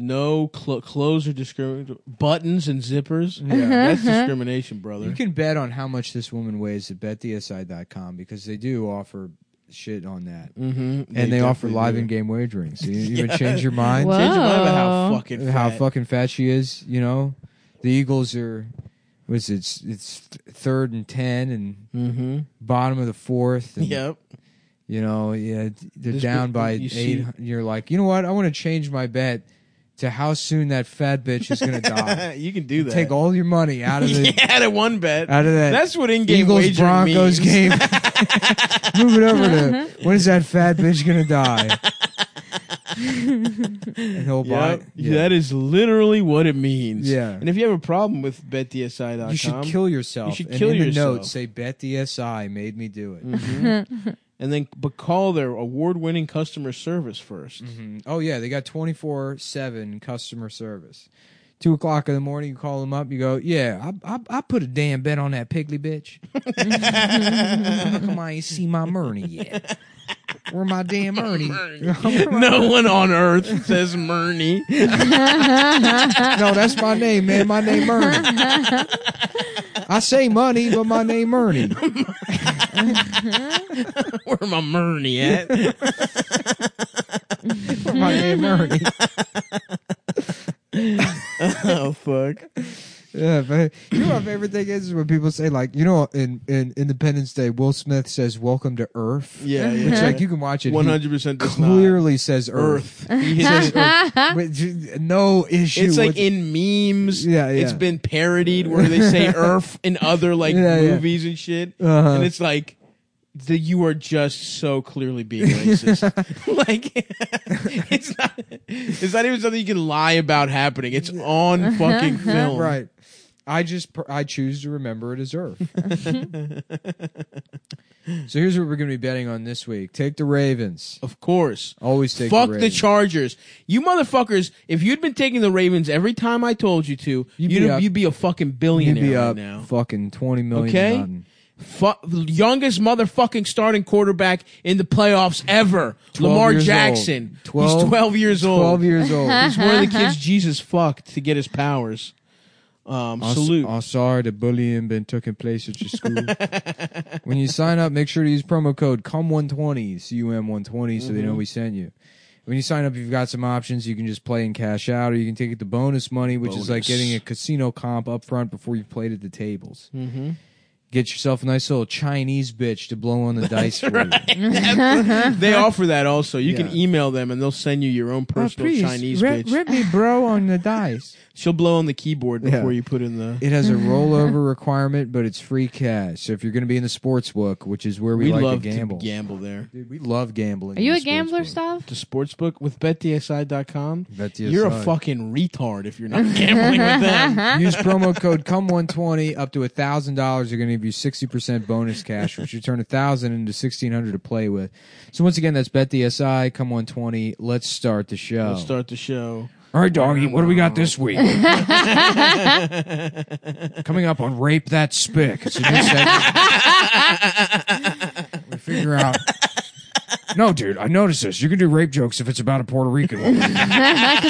D: No clo- clothes are discriminatory. Buttons and zippers. That's
E: Uh-huh.
D: discrimination, brother.
C: you can bet on how much this woman weighs at betthesi.com because they do offer shit on that.
D: mm-hmm.
C: and they, offer live in game wagering. So you even change your mind.
E: Whoa.
D: Change your mind about how
E: Oh.
D: fucking fat.
C: how fucking fat she is. You know, the Eagles are was it's it's third and ten and
D: Mm-hmm.
C: bottom of the fourth. And,
D: Yep.
C: You know, yeah, they're
D: This
C: down
D: bit-
C: by
D: you
C: eight.
D: see-
C: You're like, you know what? I want to change my bet to how soon that fat bitch is gonna die.
D: you can do that.
C: Take all your money out of the
D: yeah, out of one bet.
C: out of that.
D: That's what in-game
C: Eagles
D: wagering
C: Broncos
D: means.
C: game. Move it over to when is that fat bitch gonna die? and he'll buy.
D: Yep. That is literally what it means.
C: Yeah.
D: And if you have a problem with betdsi.com,
C: You should kill yourself.
D: You should
C: and
D: kill
C: in
D: yourself.
C: The note, say bet the SI made me do it.
D: and then but call their award-winning customer service 1st
C: Mhm. Oh yeah, they got twenty four seven customer service. Two o'clock in the morning, you call them up. You go, yeah, I I, I put a damn bet on that piggly bitch. How come I ain't see my Murney yet? Where my damn Murney?
D: No one on earth says Murney.
C: no, that's my name, man. My name Murney. I say money, but my name Murney.
D: Where my Murney at?
C: My name Murney.
D: oh fuck.
C: Yeah, but you know what my favorite thing is, is when people say like, you know, in, in Independence Day, Will Smith says "Welcome to Earth."
D: Yeah, yeah.
C: which like you can watch it. He
D: One hundred percent
C: clearly says Earth,
D: Earth. He says Earth.
C: with j- no issue.
D: It's like
C: with-
D: in memes.
C: Yeah, yeah.
D: It's been parodied where they say Earth in other like
C: Yeah, yeah.
D: movies and shit,
C: Uh-huh.
D: and it's like. The, you are just so clearly being racist. like it's not, it's not even something you can lie about happening. It's on fucking film,
C: right. I just per- I choose to remember it as Earth. so here's what we're going to be betting on this week: take the Ravens.
D: Of course.
C: Always take
D: Fuck
C: the
D: the,
C: Ravens.
D: Chargers. You motherfuckers, if you'd been taking the Ravens every time I told you to,
C: You'd
D: you'd,
C: be
D: you'd, be,
C: up-
D: a fucking
C: You'd
D: billionaire
C: be
D: right
C: up
D: now.
C: fucking twenty million.
D: Okay?
C: to nothing.
D: Fu- youngest motherfucking starting quarterback in the playoffs ever.
C: 12
D: Lamar
C: years old.
D: Jackson.
C: 12
D: He's 12 years old.
C: Twelve years old.
D: He's one of the kids Jesus fucked to get his powers. Um,
C: I'm s-
D: salute.
C: I'm sorry the bullying been taking place at your school. when you sign up, make sure to use promo code CUM120, C-U-M-120, so they
D: Mm-hmm.
C: know we sent you. When you sign up, you've got some options. You can just play and cash out, or you can take it to bonus money, which is like
D: Bonus.
C: getting a casino comp up front before you played at the tables. Mm-hmm. Get yourself a nice little Chinese bitch to blow on the dice for you.
D: they offer that also. You
C: Yeah. Oh,
D: can email them and they'll send you your own personal Chinese bitch.
C: me bro on the dice.
D: She'll blow on the keyboard
C: Yeah.
D: before you put in the.
C: It has a rollover requirement, but it's free cash. So if you're going to be in the sports book, which is where we,
D: we
C: like
D: love
C: to gamble,
D: to gamble there.
C: Dude, we love gambling.
E: Are you a gambler, Stav?
D: The sportsbook with betdsi.com.
C: BetDSI.
D: You're a fucking retard if you're not gambling with them.
C: Use promo code CUM120 up to $1,000. They're going to give you 60% bonus cash, which you turn 1000 into 1600 to play with. So once again, that's BetDSI, CUM120. Let's start the show.
D: Let's start the show.
C: All right, doggy, what do we got this week? Coming up on Rape That Spick. It's a new segment. we figure out
F: No, dude, I noticed this. You can do rape jokes if it's about a Puerto Rican woman.
E: Because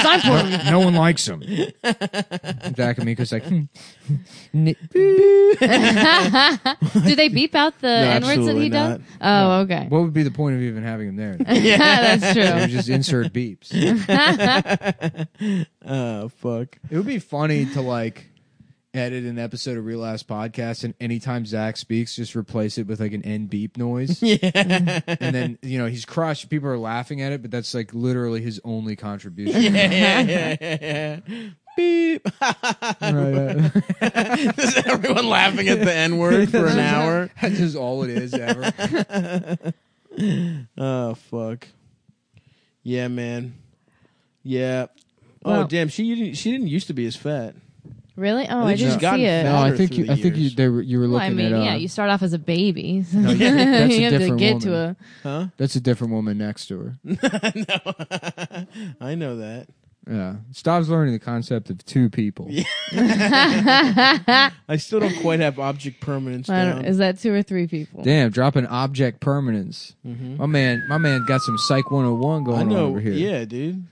E: I'm Puerto Rican.
F: no one likes them.
C: Back at me because like, hmm.
E: Do they beep out the N words that
D: absolutely
E: he does? Oh, okay.
C: what would be the point of even having him there?
E: yeah, that's
C: They would
E: true.
C: just insert beeps.
D: Oh fuck.
C: It would be funny to like edit an episode of Real Ass Podcast and anytime Zach speaks, just replace it with like an end beep noise. Yeah. And then, you know, he's crushed. People are laughing at it, but that's like literally his only contribution.
D: yeah, yeah, yeah, yeah. Beep. Is everyone laughing at the N word for an hour?
C: That's just all it is ever.
D: Oh fuck. Yeah, man. Yeah. Oh
E: Well-
D: damn, she didn't, she didn't used to be as fat.
E: Really? Oh, I,
D: think she's
E: didn't
D: gotten
E: see it.
D: fat.
C: No, I think
D: Through
C: you,
D: the
C: I think you
D: years.
C: they were, you were
E: Well, I
C: looking
E: mean,
C: at uh,
E: yeah, you start off as a baby. so
C: No, yeah, that's a
E: you have to
C: different
E: get to
C: woman.
E: a.
D: Huh?
C: that's a different woman next to her.
D: no. I know that.
C: Yeah. Stops learning the concept of two people.
D: I still don't quite have object permanence
E: I
D: down.
E: don't, is that two or three people?
C: Damn, dropping object permanence. My man, my man got some Psych 101 going
D: I
C: on
D: know.
C: over here.
D: Yeah, dude.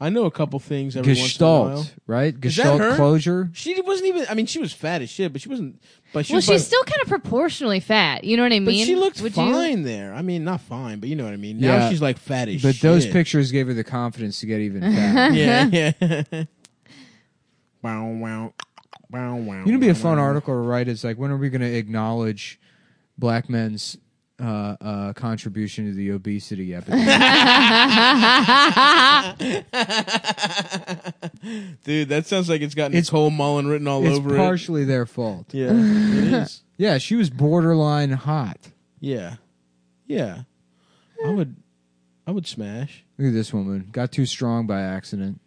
D: I know a couple things every once in a while.
C: Gestalt, right?
D: that
C: Gestalt
D: her?
C: closure.
D: She wasn't even. I mean, she was fat as shit, but she wasn't. But she
E: Well,
D: was by-
E: she's still kind of proportionally fat. You know what I mean?
D: But she looked
E: Would you-
D: fine there. I mean, not fine, but you know what I mean. Now
C: Yeah.
D: she's like fat as
C: But
D: shit.
C: those pictures gave her the confidence to get even fatter.
D: Yeah, yeah. wow, wow, wow, wow.
C: you know, be a fun
D: wow.
C: article to write. It's like, when are we going to acknowledge black men's uh, uh, contribution to the obesity epidemic?
D: Dude, that sounds like it's got
C: It's-
D: Nicole Mullen written all
C: it's
D: over
C: partially their fault.
D: it. Yeah, it is.
C: Yeah, she was borderline hot.
D: Yeah, yeah. I would, I would smash.
C: Look at this woman. Got too strong by accident.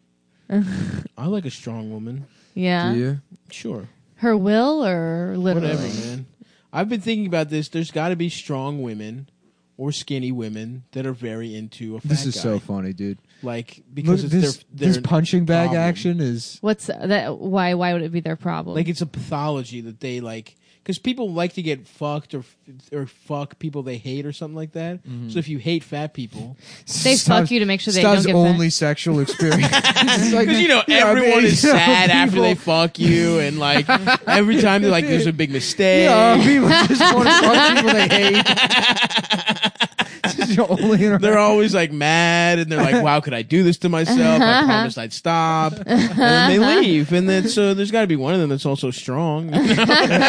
D: I like a strong woman.
E: Yeah.
C: Do you?
D: Sure,
E: Her will or literally?
C: Uh.
D: whatever, man. I've been thinking about this. There's got to be strong women or skinny women that are very into a fat
C: This is
D: guy.
C: so funny, dude.
D: like because
C: Look,
D: it's
C: this,
D: their, their
C: this punching bag
D: problem.
C: action is
E: What's that? Why? Why would it be their problem?
D: Like it's a pathology that they like because people like to get fucked or f- or fuck people they hate or something like that. So if you hate fat people,
E: They
C: Stubbs-
E: fuck you to make sure they
C: Stubbs'
E: don't get
C: only sexual experience. It's like,
D: because you know
C: yeah, I mean,
D: everyone is
C: you know,
D: sad after they
C: people-
D: fuck you, and like every time they're like there's a big mistake.
C: Yeah, people just want to fuck people they hate. This is your only inter-
D: They're always like mad, and they're like, "Wow, could I do this to myself? I promised I'd stop." And then they leave, and then so there's got to be one of them that's also strong. you know?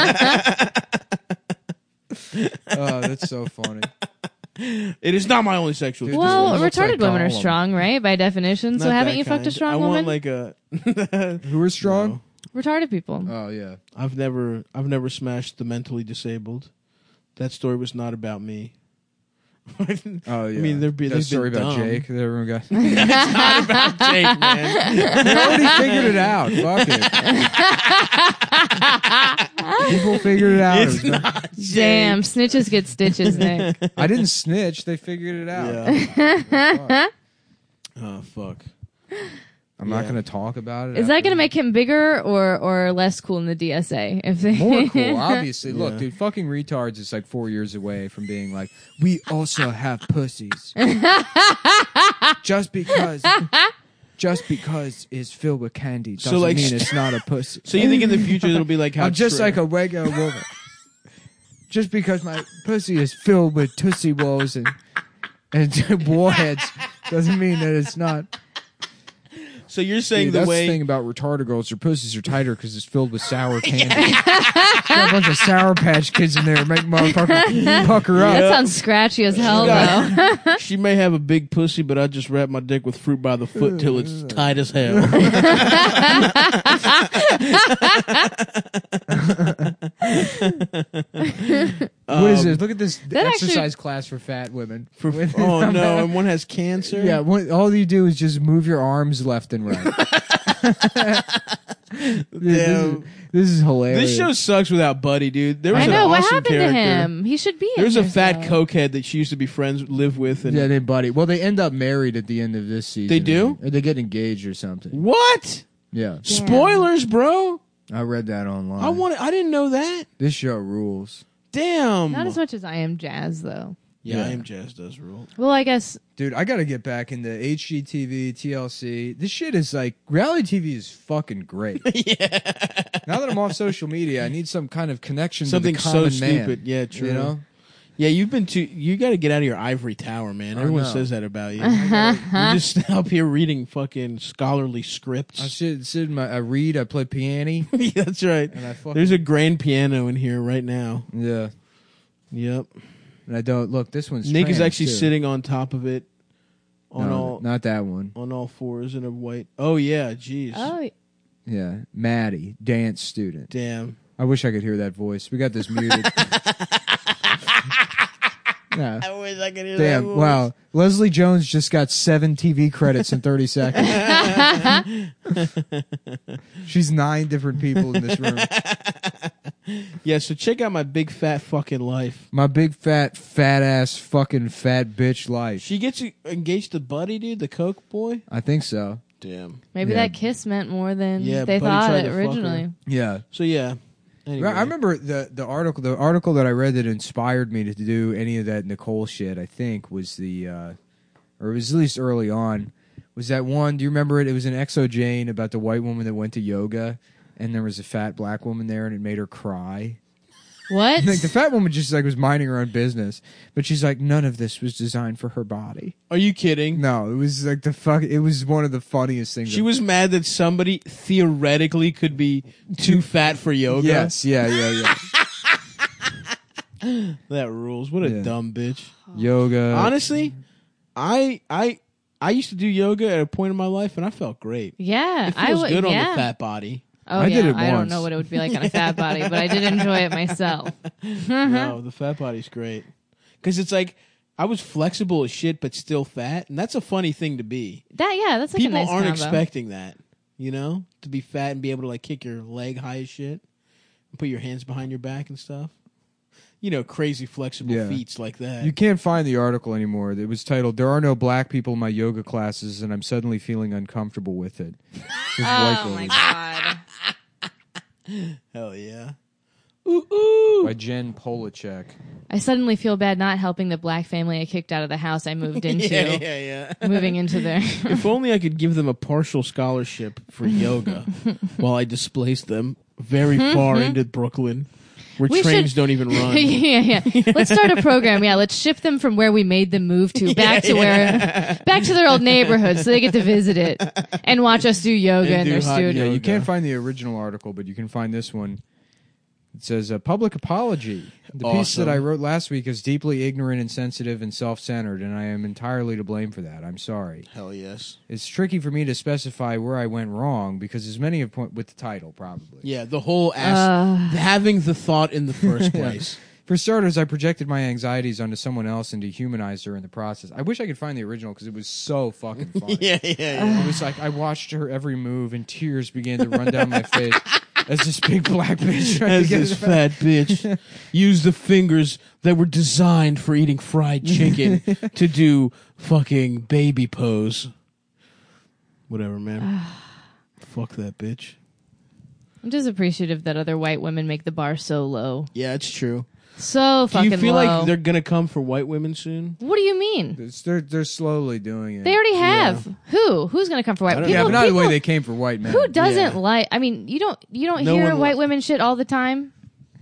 C: Oh, that's so funny.
D: it is not my only sexual.
C: Dude,
D: experience.
E: well,
C: This one looks
E: retarded
C: like
E: women are
C: Gollum.
E: strong, right? By definition. so
D: Not
E: haven't
D: that
E: you fucked a
D: kind.
E: strong
D: I
E: woman?
D: want like a.
C: Who are strong?
E: retarded people.
C: Oh yeah.
D: I've never I've never smashed the mentally disabled. That story was not about me. I
C: Oh yeah.
D: mean, there'd be
C: that
D: they've
C: story
D: been
C: about
D: dumb.
C: Jake. That everyone got. they
D: not about Jake, man.
C: already figured it out. Fuck it. People figured it out. It was
D: It's
C: very-
D: not Jake.
E: Damn, snitches get stitches, Nick.
C: I didn't snitch. They figured it out.
D: Yeah. oh fuck.
C: I'm
D: Yeah.
C: not gonna talk about it.
E: Is that
C: after-
E: going to make him bigger or or less cool in the DSA? If they
C: more cool, obviously.
D: Yeah.
C: Look, dude, fucking retards is like four years away from being like, we also have pussies. just because, just because it's filled with candy
D: So,
C: doesn't
D: like,
C: mean it's not a pussy.
D: So you think in the future it'll be like how
C: I'm just
D: Tre-
C: like a regular woman. just because my pussy is filled with tootsie rolls and and warheads doesn't mean that it's not.
D: so you're saying
C: Dude,
D: the
C: that's
D: way
C: the thing about retarded girls. Their pussies are tighter because it's filled with sour candy. Got a bunch of sour patch kids in there, make motherfucker pucker up.
E: that sounds scratchy as hell, though.
D: she may have a big pussy, but I just wrap my dick with fruit by the foot till it's tight as hell.
C: what is this? Look at this
E: That actually-
C: exercise class for fat women.
D: um, For, oh no, and one has cancer.
C: Yeah, one, all you do is just move your arms left and right. Dude, this, is,
D: Damn.
C: this is hilarious.
D: This show sucks without Buddy, dude. There was
E: I know
D: an
E: what
D: awesome
E: happened
D: character.
E: to him. He should be. in
D: There's a
E: here
D: fat
E: somewhere.
D: cokehead that she used to be friends live with, and
C: Yeah, they buddy. Well, they end up married at the end of this season.
D: They do?
C: Or they get engaged or something.
D: what?
C: Yeah,
D: Spoilers, bro.
C: I read that online.
D: I want. I didn't know that.
C: this show rules.
D: Damn.
E: Not as much as I am jazz, though.
D: Yeah,
G: Yeah.
D: I am jazz does rule.
E: Well, I guess
C: Dude, I gotta get back into HGTV, TLC. This shit is like reality TV is fucking great. Now that I'm off social media, I need some kind of connection
D: Something
C: to the
D: so
C: common man.
D: stupid. Yeah, true.
C: You know,
D: Yeah, you've been too. You got to get out of your ivory tower, man. Everyone
C: know.
D: says that about you. You're just up here reading fucking scholarly
C: I
D: scripts.
C: sit, sit in my, I read, I play piano.
D: Yeah, That's right.
C: And I fucking-
D: There's a grand piano in here right now.
C: yeah,
D: Yep.
C: and I don't look. This one's
D: Nick is
C: trans,
D: actually
C: too.
D: sitting on top of it, on
C: No,
D: all
C: not that one.
D: on all fours in a white. Oh yeah, jeez.
E: oh
C: Yeah, Maddie, dance student.
D: Damn.
C: I wish I could hear that voice. We got this muted. Nah.
D: I wish I could hear
C: Damn! Wow, Leslie Jones just got seven TV credits in thirty seconds. She's nine different people in this room.
D: Yeah, so check out my big fat fucking life.
C: My big fat fat ass fucking fat bitch life.
D: She gets engaged to Buddy, dude, the Coke boy.
C: I think so.
D: Damn.
E: maybe
C: Yeah.
E: that kiss meant more than
D: Yeah,
E: they
D: Buddy
E: thought
D: tried
E: it
D: to fuck
E: originally.
C: Yeah,
D: So yeah. Anyway.
C: I remember the the article the article that I read that inspired me to do any of that Nicole shit. I think was the uh, or it was at least early on. Was that one? Do you remember it? It was an Exo Jane about the white woman that went to yoga, and there was a fat black woman there, and it made her cry.
E: What?
C: like the fat woman just like was minding her own business, but she's like, none of this was designed for her body.
D: Are you kidding?
C: No, it was like the fuck. It was one of the funniest things.
D: She was mad that somebody theoretically could be too fat for yoga.
C: Yes, yeah, yeah, yeah.
D: That rules. What a
C: Yeah.
D: dumb bitch.
C: yoga.
D: Honestly, I I I used to do yoga at a point in my life and I felt great.
E: yeah,
D: It feels
E: I would.
D: good
E: yeah.
D: on the fat body.
E: Oh
C: I
E: yeah,
C: did it
E: I don't
C: once.
E: know what it would be like on a fat body, but I did enjoy it myself. Mm-hmm.
D: No, the fat body's great. Cuz it's like I was flexible as shit but still fat, and that's a funny thing to be.
E: That yeah, that's like
D: People
E: a nice
D: aren't
E: combo.
D: expecting that, you know? To be fat and be able to like kick your leg high as shit and put your hands behind your back and stuff. You know, crazy flexible
C: Yeah.
D: feats like that.
C: You can't find the article anymore. It was titled "There are no black people in my yoga classes, and I'm suddenly feeling uncomfortable with it." This white
E: Oh my
C: lady
E: god.
D: Hell yeah. Ooh, ooh.
C: by Jen Polacek.
E: I suddenly feel bad not helping the black family I kicked out of the house I moved into.
D: Yeah, yeah, yeah.
E: Moving into their
D: if only I could give them a partial scholarship for yoga while I displaced them very far into Brooklyn where
E: Mm-hmm. We
D: trains
E: should-
D: don't even run.
E: yeah, yeah. Let's start a program. Yeah, let's shift them from where we made them move to back to where back to their old neighborhood so they get to visit it and watch us do yoga
D: And
E: in
D: do
E: their
D: hot
E: studio.
C: Yeah, you
D: Yoga.
C: can't find the original article, but you can find this one. It says a public apology. The piece that
D: Awesome.
C: I wrote last week is deeply ignorant, insensitive, and self-centered, and I am entirely to blame for that. I'm sorry.
D: Hell yes.
C: It's tricky for me to specify where I went wrong because as many have point with the title probably.
D: Yeah, the whole ass
C: Uh.
D: having the thought in the first place.
C: For starters, I projected my anxieties onto someone else and dehumanized her in the process. I wish I could find the original because it was so fucking funny.
D: yeah, yeah, yeah.
C: It was like I watched her every move and tears began to run down my face as this big black bitch tried
D: As
C: to get
D: this
C: us back.
D: fat bitch used the fingers that were designed for eating fried chicken to do fucking baby pose. Whatever,
C: Uh.
D: man. Fuck that bitch.
E: I'm just appreciative that other white women make the bar so low.
D: Yeah, it's true.
E: So
D: Do
E: fucking
D: you feel
E: low.
D: like they're gonna come for white women soon?
E: what do you mean?
C: It's- They're they're slowly doing it.
E: They already have. Who? Who's going to come for white people?
C: yeah, but not the way
E: people-
C: they came for white men.
E: who doesn't
D: Yeah.
E: like I mean, you don't you don't
D: No
E: hear
D: one
E: white
D: li-
E: women shit all the time.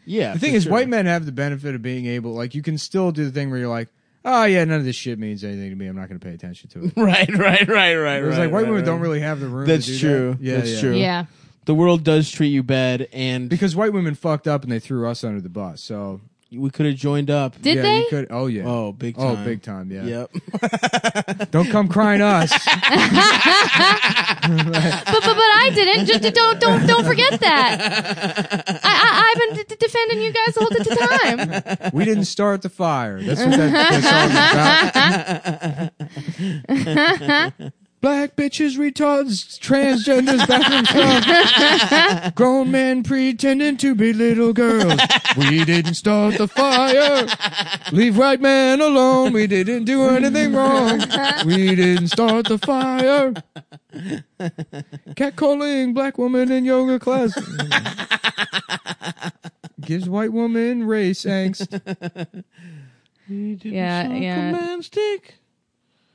D: Yeah.
C: the thing is, white men have the benefit of being able, like, you can still do the thing where you're like, oh yeah, none of this shit means anything to me. I'm not going to pay attention to it.
D: Right, right, right, right,
C: It was
D: right.
C: like white
D: right,
C: women
D: right.
C: don't really have the room.
D: That's
C: to do
D: true.
C: That. Yeah,
D: That's
C: yeah.
D: true.
E: Yeah.
D: The world does treat you bad, and
C: Because white women fucked up and they threw us under the bus. So
D: we could have joined up.
E: Did
C: yeah,
E: they?
C: You could, oh yeah.
D: Oh, big time.
C: Oh, big time. Yeah.
D: Yep.
C: Don't come crying us.
E: but, but but I didn't. Just d- don't don't don't forget that. I, I I've been d- d- defending you guys all the time.
C: we didn't start the fire. That's what that, that song is about. Black bitches, retards, transgenders, bathroom stuff. Grown men pretending to be little girls. We didn't start the fire. Leave white men alone. We didn't do anything wrong. We didn't start the fire. Catcalling black woman in yoga class. Gives white woman race angst.
E: Yeah, yeah.
D: Command stick.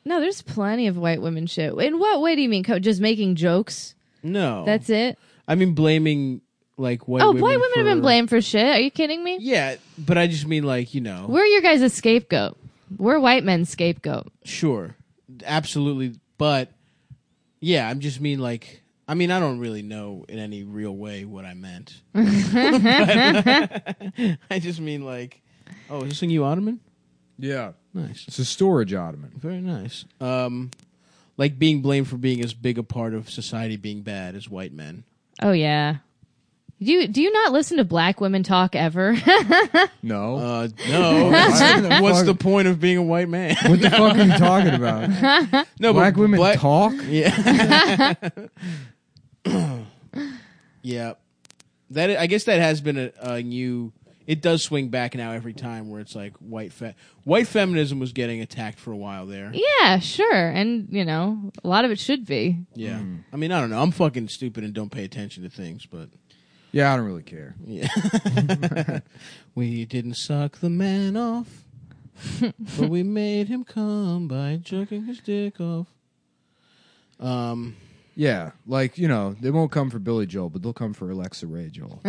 E: No, there's plenty of white women shit. In what way do you mean? Co- just making jokes?
D: No,
E: That's it?
D: I mean blaming like Oh. white.
E: oh,
D: women
E: white women have been
D: for-
E: blamed for shit. Are you kidding me?
D: Yeah, but I just mean like you know.
E: We're your guys' scapegoat. We're white men's scapegoat.
D: Sure, absolutely, but yeah, I'm just mean like I mean I don't really know in any real way what I meant. But I just mean like, oh, is this a new ottoman?
C: Yeah.
D: Nice,
C: It's a storage ottoman.
D: very nice. Um, like being blamed for being as big a part of society being bad as white men.
E: Oh yeah. Do you do you not listen to black women talk ever?
C: No.
D: Uh, no. What's the point of being a white man?
C: what the fuck are you talking about?
D: no, but
C: Black women
D: black-
C: talk?
D: Yeah. yeah. That I guess that has been a, a new. It does swing back now every time where it's like white fe- white feminism was getting attacked for a while there.
E: yeah, sure. And you know, a lot of it should be.
D: Yeah.
C: Hmm.
D: I mean, I don't know. I'm fucking stupid and don't pay attention to things, but
C: Yeah, I don't really care.
D: yeah. we didn't suck the man off, but we made him come by jerking his dick off. Um.
C: Yeah, like you know, they won't come for Billy Joel, but they'll come for Alexa Ray Joel.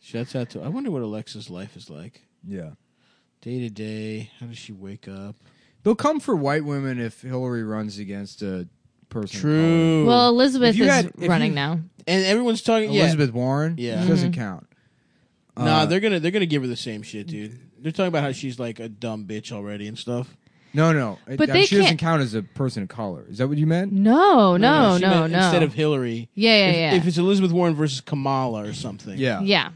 D: Shouts out to. I wonder what Alexa's life is like.
C: yeah,
D: day to day. How does she wake up?
C: they'll come for white women if Hillary runs against a person. of color.
E: Well, Elizabeth
C: If you
E: is
C: had- if
E: running
C: you-
E: now.
D: and everyone's talking. Yeah,
C: Elizabeth uh, Warren.
D: Yeah.
C: she doesn't count.
D: nah, they're gonna they're gonna give her the same shit, dude. They're talking about how she's like a dumb bitch already and stuff.
C: No, no, It-
E: But
C: I-
E: they
C: she doesn't
E: can't-
C: count as a person of color. Is that what you meant?
E: No, no,
D: she
E: no,
D: meant
E: no.
D: Instead of Hillary,
E: Yeah, yeah,
D: if,
E: yeah.
D: If it's Elizabeth Warren versus Kamala or something,
C: Yeah,
E: yeah.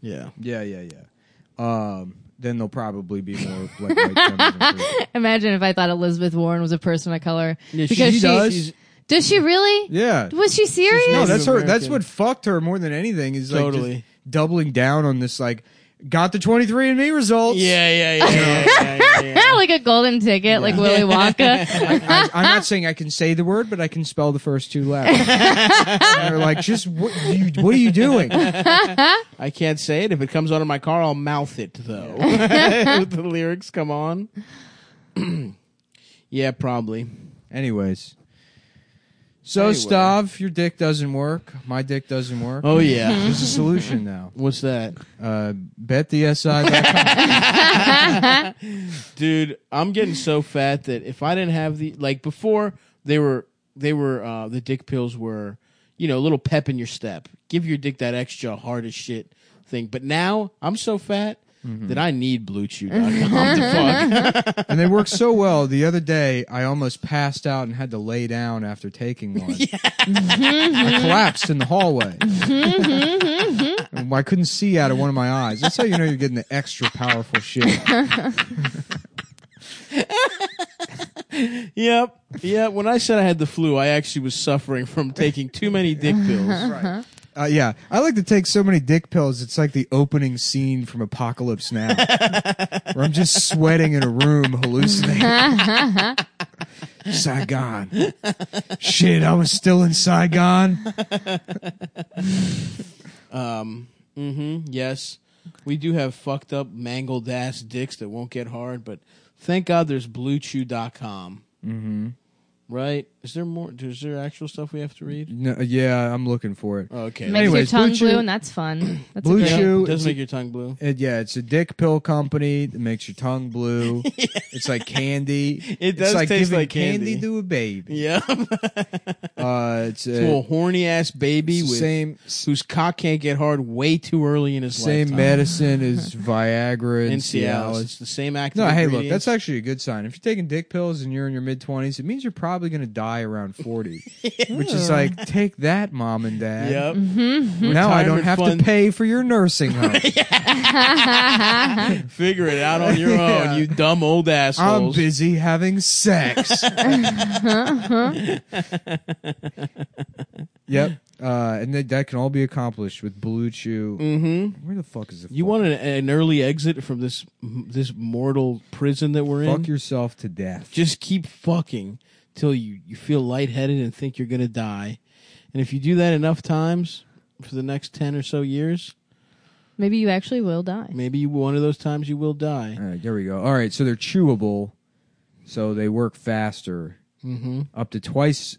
D: yeah.
C: yeah, yeah, yeah. Um, then they'll probably be more like white feminism.
E: Imagine if I thought Elizabeth Warren was a person of color
D: Yeah, she
E: because she
C: does.
E: does. she really?
C: Yeah,
E: Was she serious?
C: No, that's her.
D: American.
C: That's what fucked her more than anything. Is like
D: Totally.
C: just doubling down on this. Like, got the twenty three and me results.
D: Yeah, yeah, yeah, yeah, yeah, yeah, yeah.
E: like a golden ticket, like Willy Wonka.
C: I, I'm not saying I can say the word, but I can spell the first two letters. and they're like, just what, you, what are you doing?
D: I can't say it. If it comes out of my car, I'll mouth it though. With the lyrics come on. yeah, probably.
C: Anyways, so
D: Anyway.
C: Stav, your dick doesn't work. My dick doesn't work.
D: Oh yeah.
C: There's a solution now.
D: What's that?
C: Uh, BetTheSI.com.
D: dude i'm getting so fat that if i didn't have the like before they were they were uh the dick pills were you know a little pep in your step give your dick that extra hard as shit thing but now i'm so fat that i need blue chew to fuck.
C: and they work so well. The other day, I almost passed out and had to lay down after taking one. I collapsed in the hallway. And I couldn't see out of one of my eyes. That's how you know you're getting the extra powerful shit.
D: yep yeah when i said i had the flu i actually was suffering from taking too many dick pills
C: Uh, yeah, I like to take so many dick pills. It's like the opening scene from Apocalypse Now, where I'm just sweating in a room, hallucinating. Saigon, shit, I was still in Saigon.
D: hmm yes we do have fucked up mangled ass dicks that won't get hard but thank god there's bluechew.com mm-hmm. right is there more is there actual stuff we have to read
C: No, yeah, I'm looking for it.
D: okay
E: Makes
C: Anyways,
E: your tongue
C: Blue Chew-
E: blue, and that's fun. That's a
C: Blue
E: great-
C: Chew,
D: does
C: it's
D: make your tongue blue
C: a- it- yeah, it's a dick pill company that makes your tongue blue. It's like candy.
D: It
C: It's
D: does taste
C: giving
D: like candy.
C: candy to a baby.
D: yeah
C: Uh, it's a
D: to a horny ass baby with
C: same
D: whose cock can't get hard way too early in his
C: same
D: lifetime
C: medicine as Viagra and,
D: in Cialis.
C: Cialis.
D: it's the same act
C: No, hey, look, that's actually a good sign. If you're taking dick pills and you're in your mid 20s, it means you're probably going to die around 40, which is like, take that, mom and dad.
D: yep
C: Now I don't
D: Retirement
C: have
D: fund.
C: to pay for your nursing home.
D: figure it out on your own
C: Yeah.
D: you dumb old
C: I'm
D: assholes
C: busy having sex. yep. Uh, and that, that can all be accomplished with Blue Chew. Mm-hmm. Where the fuck is the
D: you
C: fuck?
D: want an, an early exit from this this mortal prison that we're in
C: fuck yourself to death?
D: just keep fucking till you, you feel lightheaded and think you're gonna die. And if you do that enough times for the next ten or so years,
E: Maybe you actually will die.
D: Maybe you, one of those times you will die.
C: All right, there we go. All right, so they're chewable, so they work faster,
D: Mm-hmm.
C: up to twice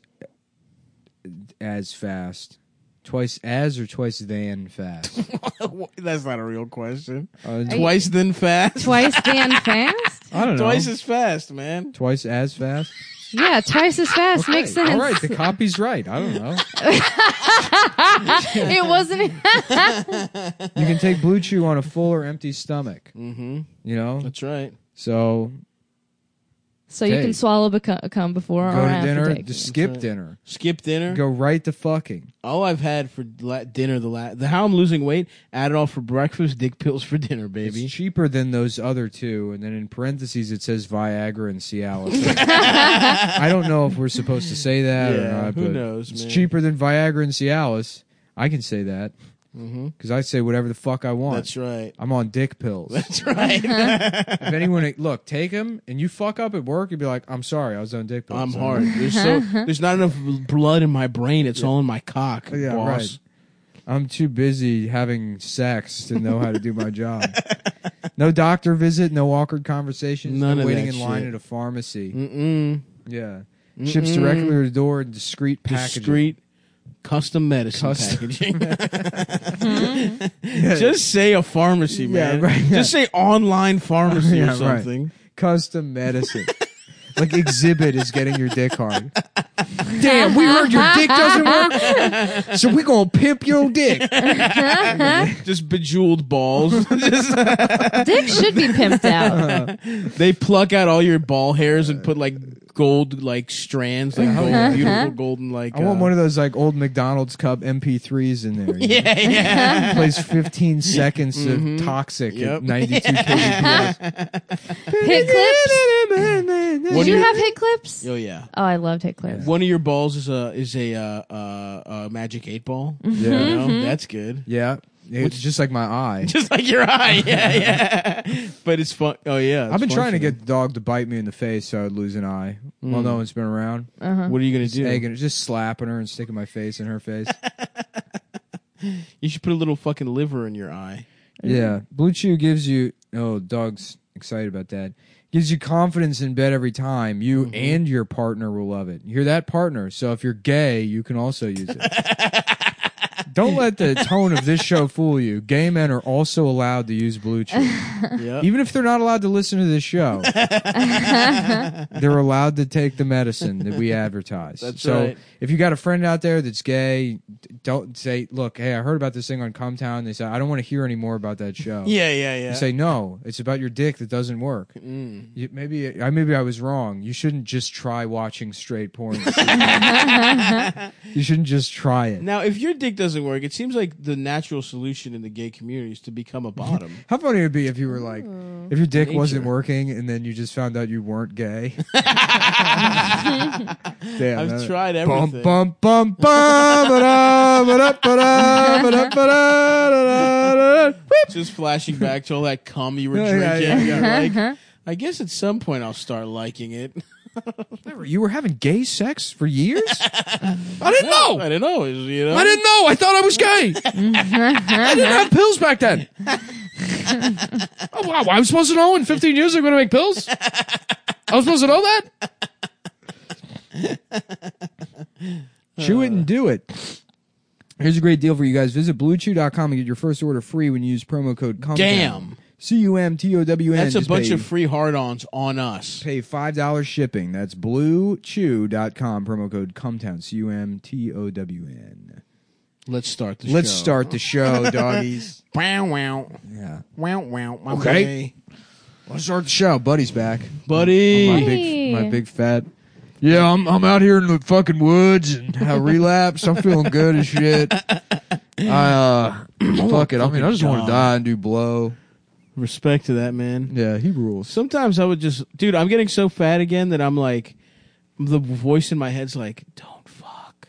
C: as fast, twice as or twice than fast.
D: That's not a real question.
C: Uh,
D: Twice then fast.
E: Twice than fast?
C: I don't know.
D: Twice as fast, man.
C: Twice as fast.
E: Yeah, twice as fast
C: Okay,
E: makes sense.
C: All right, the copy's right. I don't know.
E: it wasn't.
C: You can take blue chew on a full or empty stomach.
D: Mm-hmm.
C: You know,
D: That's right.
C: so
E: so you
C: Hey.
E: can swallow become, come before
C: go
E: or
C: to
E: after
C: dinner,
E: taking.
C: just skip
D: right.
C: dinner,
D: Skip dinner.
C: go right to fucking.
D: All I've had for la- dinner, the, la- the how I'm losing weight, Adderall for breakfast, dick pills for dinner, baby.
C: It's cheaper than those other two, and then in parentheses it says Viagra and Cialis. I don't know if we're supposed to say that or
D: Yeah,
C: not.
D: who
C: but
D: knows,
C: It's
D: man.
C: cheaper than Viagra and Cialis. I can say that
D: Mm-hmm.
C: because I say whatever the fuck I want.
D: That's right.
C: I'm on dick pills.
D: That's right.
C: if anyone look, take them, and you fuck up at work, you'd be like, "I'm sorry, I was on dick pills."
D: I'm hard. There's so there's not enough blood in my brain. It's all in my cock,
C: Yeah,
D: boss.
C: I'm too busy having sex to know how to do my job. No doctor visit, no awkward conversations,
D: None
C: no
D: of
C: waiting
D: that
C: in line
D: shit.
C: at a pharmacy.
D: Mm-mm.
C: Yeah. Ships directly to the door in discreet packaging.
D: Discreet custom medicine
C: Custom-
D: packaging. Just say a pharmacy,
C: Yeah,
D: man.
C: right, yeah.
D: Just say online pharmacy
C: Yeah,
D: or
C: right.
D: something.
C: Custom medicine. like exhibit is getting your dick hard. Damn, we heard your dick doesn't work. So we gonna pimp your dick.
D: Just bejeweled balls. Just-
E: Dick should be pimped out.
D: they pluck out all your ball hairs and put like gold like strands, like gold, beautiful golden like.
C: Uh-huh.
D: uh,
C: I want one of those like old McDonald's Cub MP3s in there. you know?
D: yeah, yeah. Mm-hmm.
C: Plays 15 seconds of toxic
D: Yep.
C: at 92 kbps.
E: hit clips?
D: What
E: Did
D: do
E: you
D: you-
E: have hit clips?
D: Oh yeah.
E: Oh, I loved hit clips.
D: One of your balls is a is a uh, uh, uh, magic eight ball. You
C: Yeah.
D: know? That's good.
C: Yeah. It's just like my eye.
D: Just like your eye, yeah, yeah. But it's fun. Oh yeah, it's
C: I've been trying to
D: functional.
C: get the dog to bite me in the face so I would lose an eye. Well, no one's been around.
D: What are you gonna do?
C: Egging, just slapping her and sticking my face in her face.
D: You should put a little fucking liver in your eye.
C: yeah. Blue Chew gives you, oh, dog's excited about that. Gives you confidence in bed every time. You and your partner will love it. You're that partner. So if you're gay, you can also use it. Don't let the tone of this show fool you. Gay men are also allowed to use Blue Chew.
D: Yeah.
C: Even if they're not allowed to listen to this show, they're allowed to take the medicine that we advertise.
D: That's
C: so
D: right.
C: if you got a friend out there that's gay, d- don't say, look, hey, I heard about this thing on Comtown. They say, I don't want to hear any more about that show.
D: yeah, yeah, yeah.
C: You say, no, it's about your dick that doesn't work.
D: Mm.
C: You, maybe, I, maybe I was wrong. You shouldn't just try watching straight porn. you shouldn't just try it.
D: now, if your dick doesn't work, it seems like the natural solution in the gay community is to become a bottom.
C: How funny it would be if you were like, if your dick wasn't
D: Nature.
C: working and then you just found out you weren't gay. Damn,
D: I've
C: that-
D: tried
C: Bum
D: everything.
C: bum bum bum ba-da, ba-da, ba-da, ba-da, ba-da, da-da, da-da. Whip.
D: Just flashing back to all that cum you were
C: Oh, Yeah,
D: drinking.
C: yeah, Uh-huh.
D: You're like, I guess at some point I'll start liking it.
C: You were having gay sex for years? I didn't know.
D: I don't know. is- You know.
C: I didn't know. I thought I was gay. I didn't have pills back then. oh, wow. I was supposed to know in 15 years I'm going to make pills? I was supposed to know that? Chew it and do it. Here's a great deal for you guys. Visit bluechew.com and get your first order free when you use promo code CUMTOWN.
D: Damn.
C: C-U-M-T-O-W-N.
D: That's a
C: Just
D: bunch
C: pay-
D: of free hard-ons on us.
C: Pay $5 shipping. That's bluechew.com, promo code CUMTOWN. C-U-M-T-O-W-N.
D: Let's start the
C: Let's
D: show.
C: start the show, doggies.
D: Wow, wow,
C: yeah.
D: wow, wow. my
C: Okay.
D: boy.
C: Let's start the show. Buddy's back. My
D: buddy.
C: big,
E: Hey.
C: my big fat. Yeah, I'm I'm out here in the fucking woods and I relapse. I'm feeling good as shit. I uh, fuck it. I mean, I just want
D: job.
C: to die and do blow.
D: Respect to that man.
C: Yeah, he rules.
D: Sometimes I would just, dude. I'm getting so fat again that I'm like, the voice in my head's like, "Don't fuck,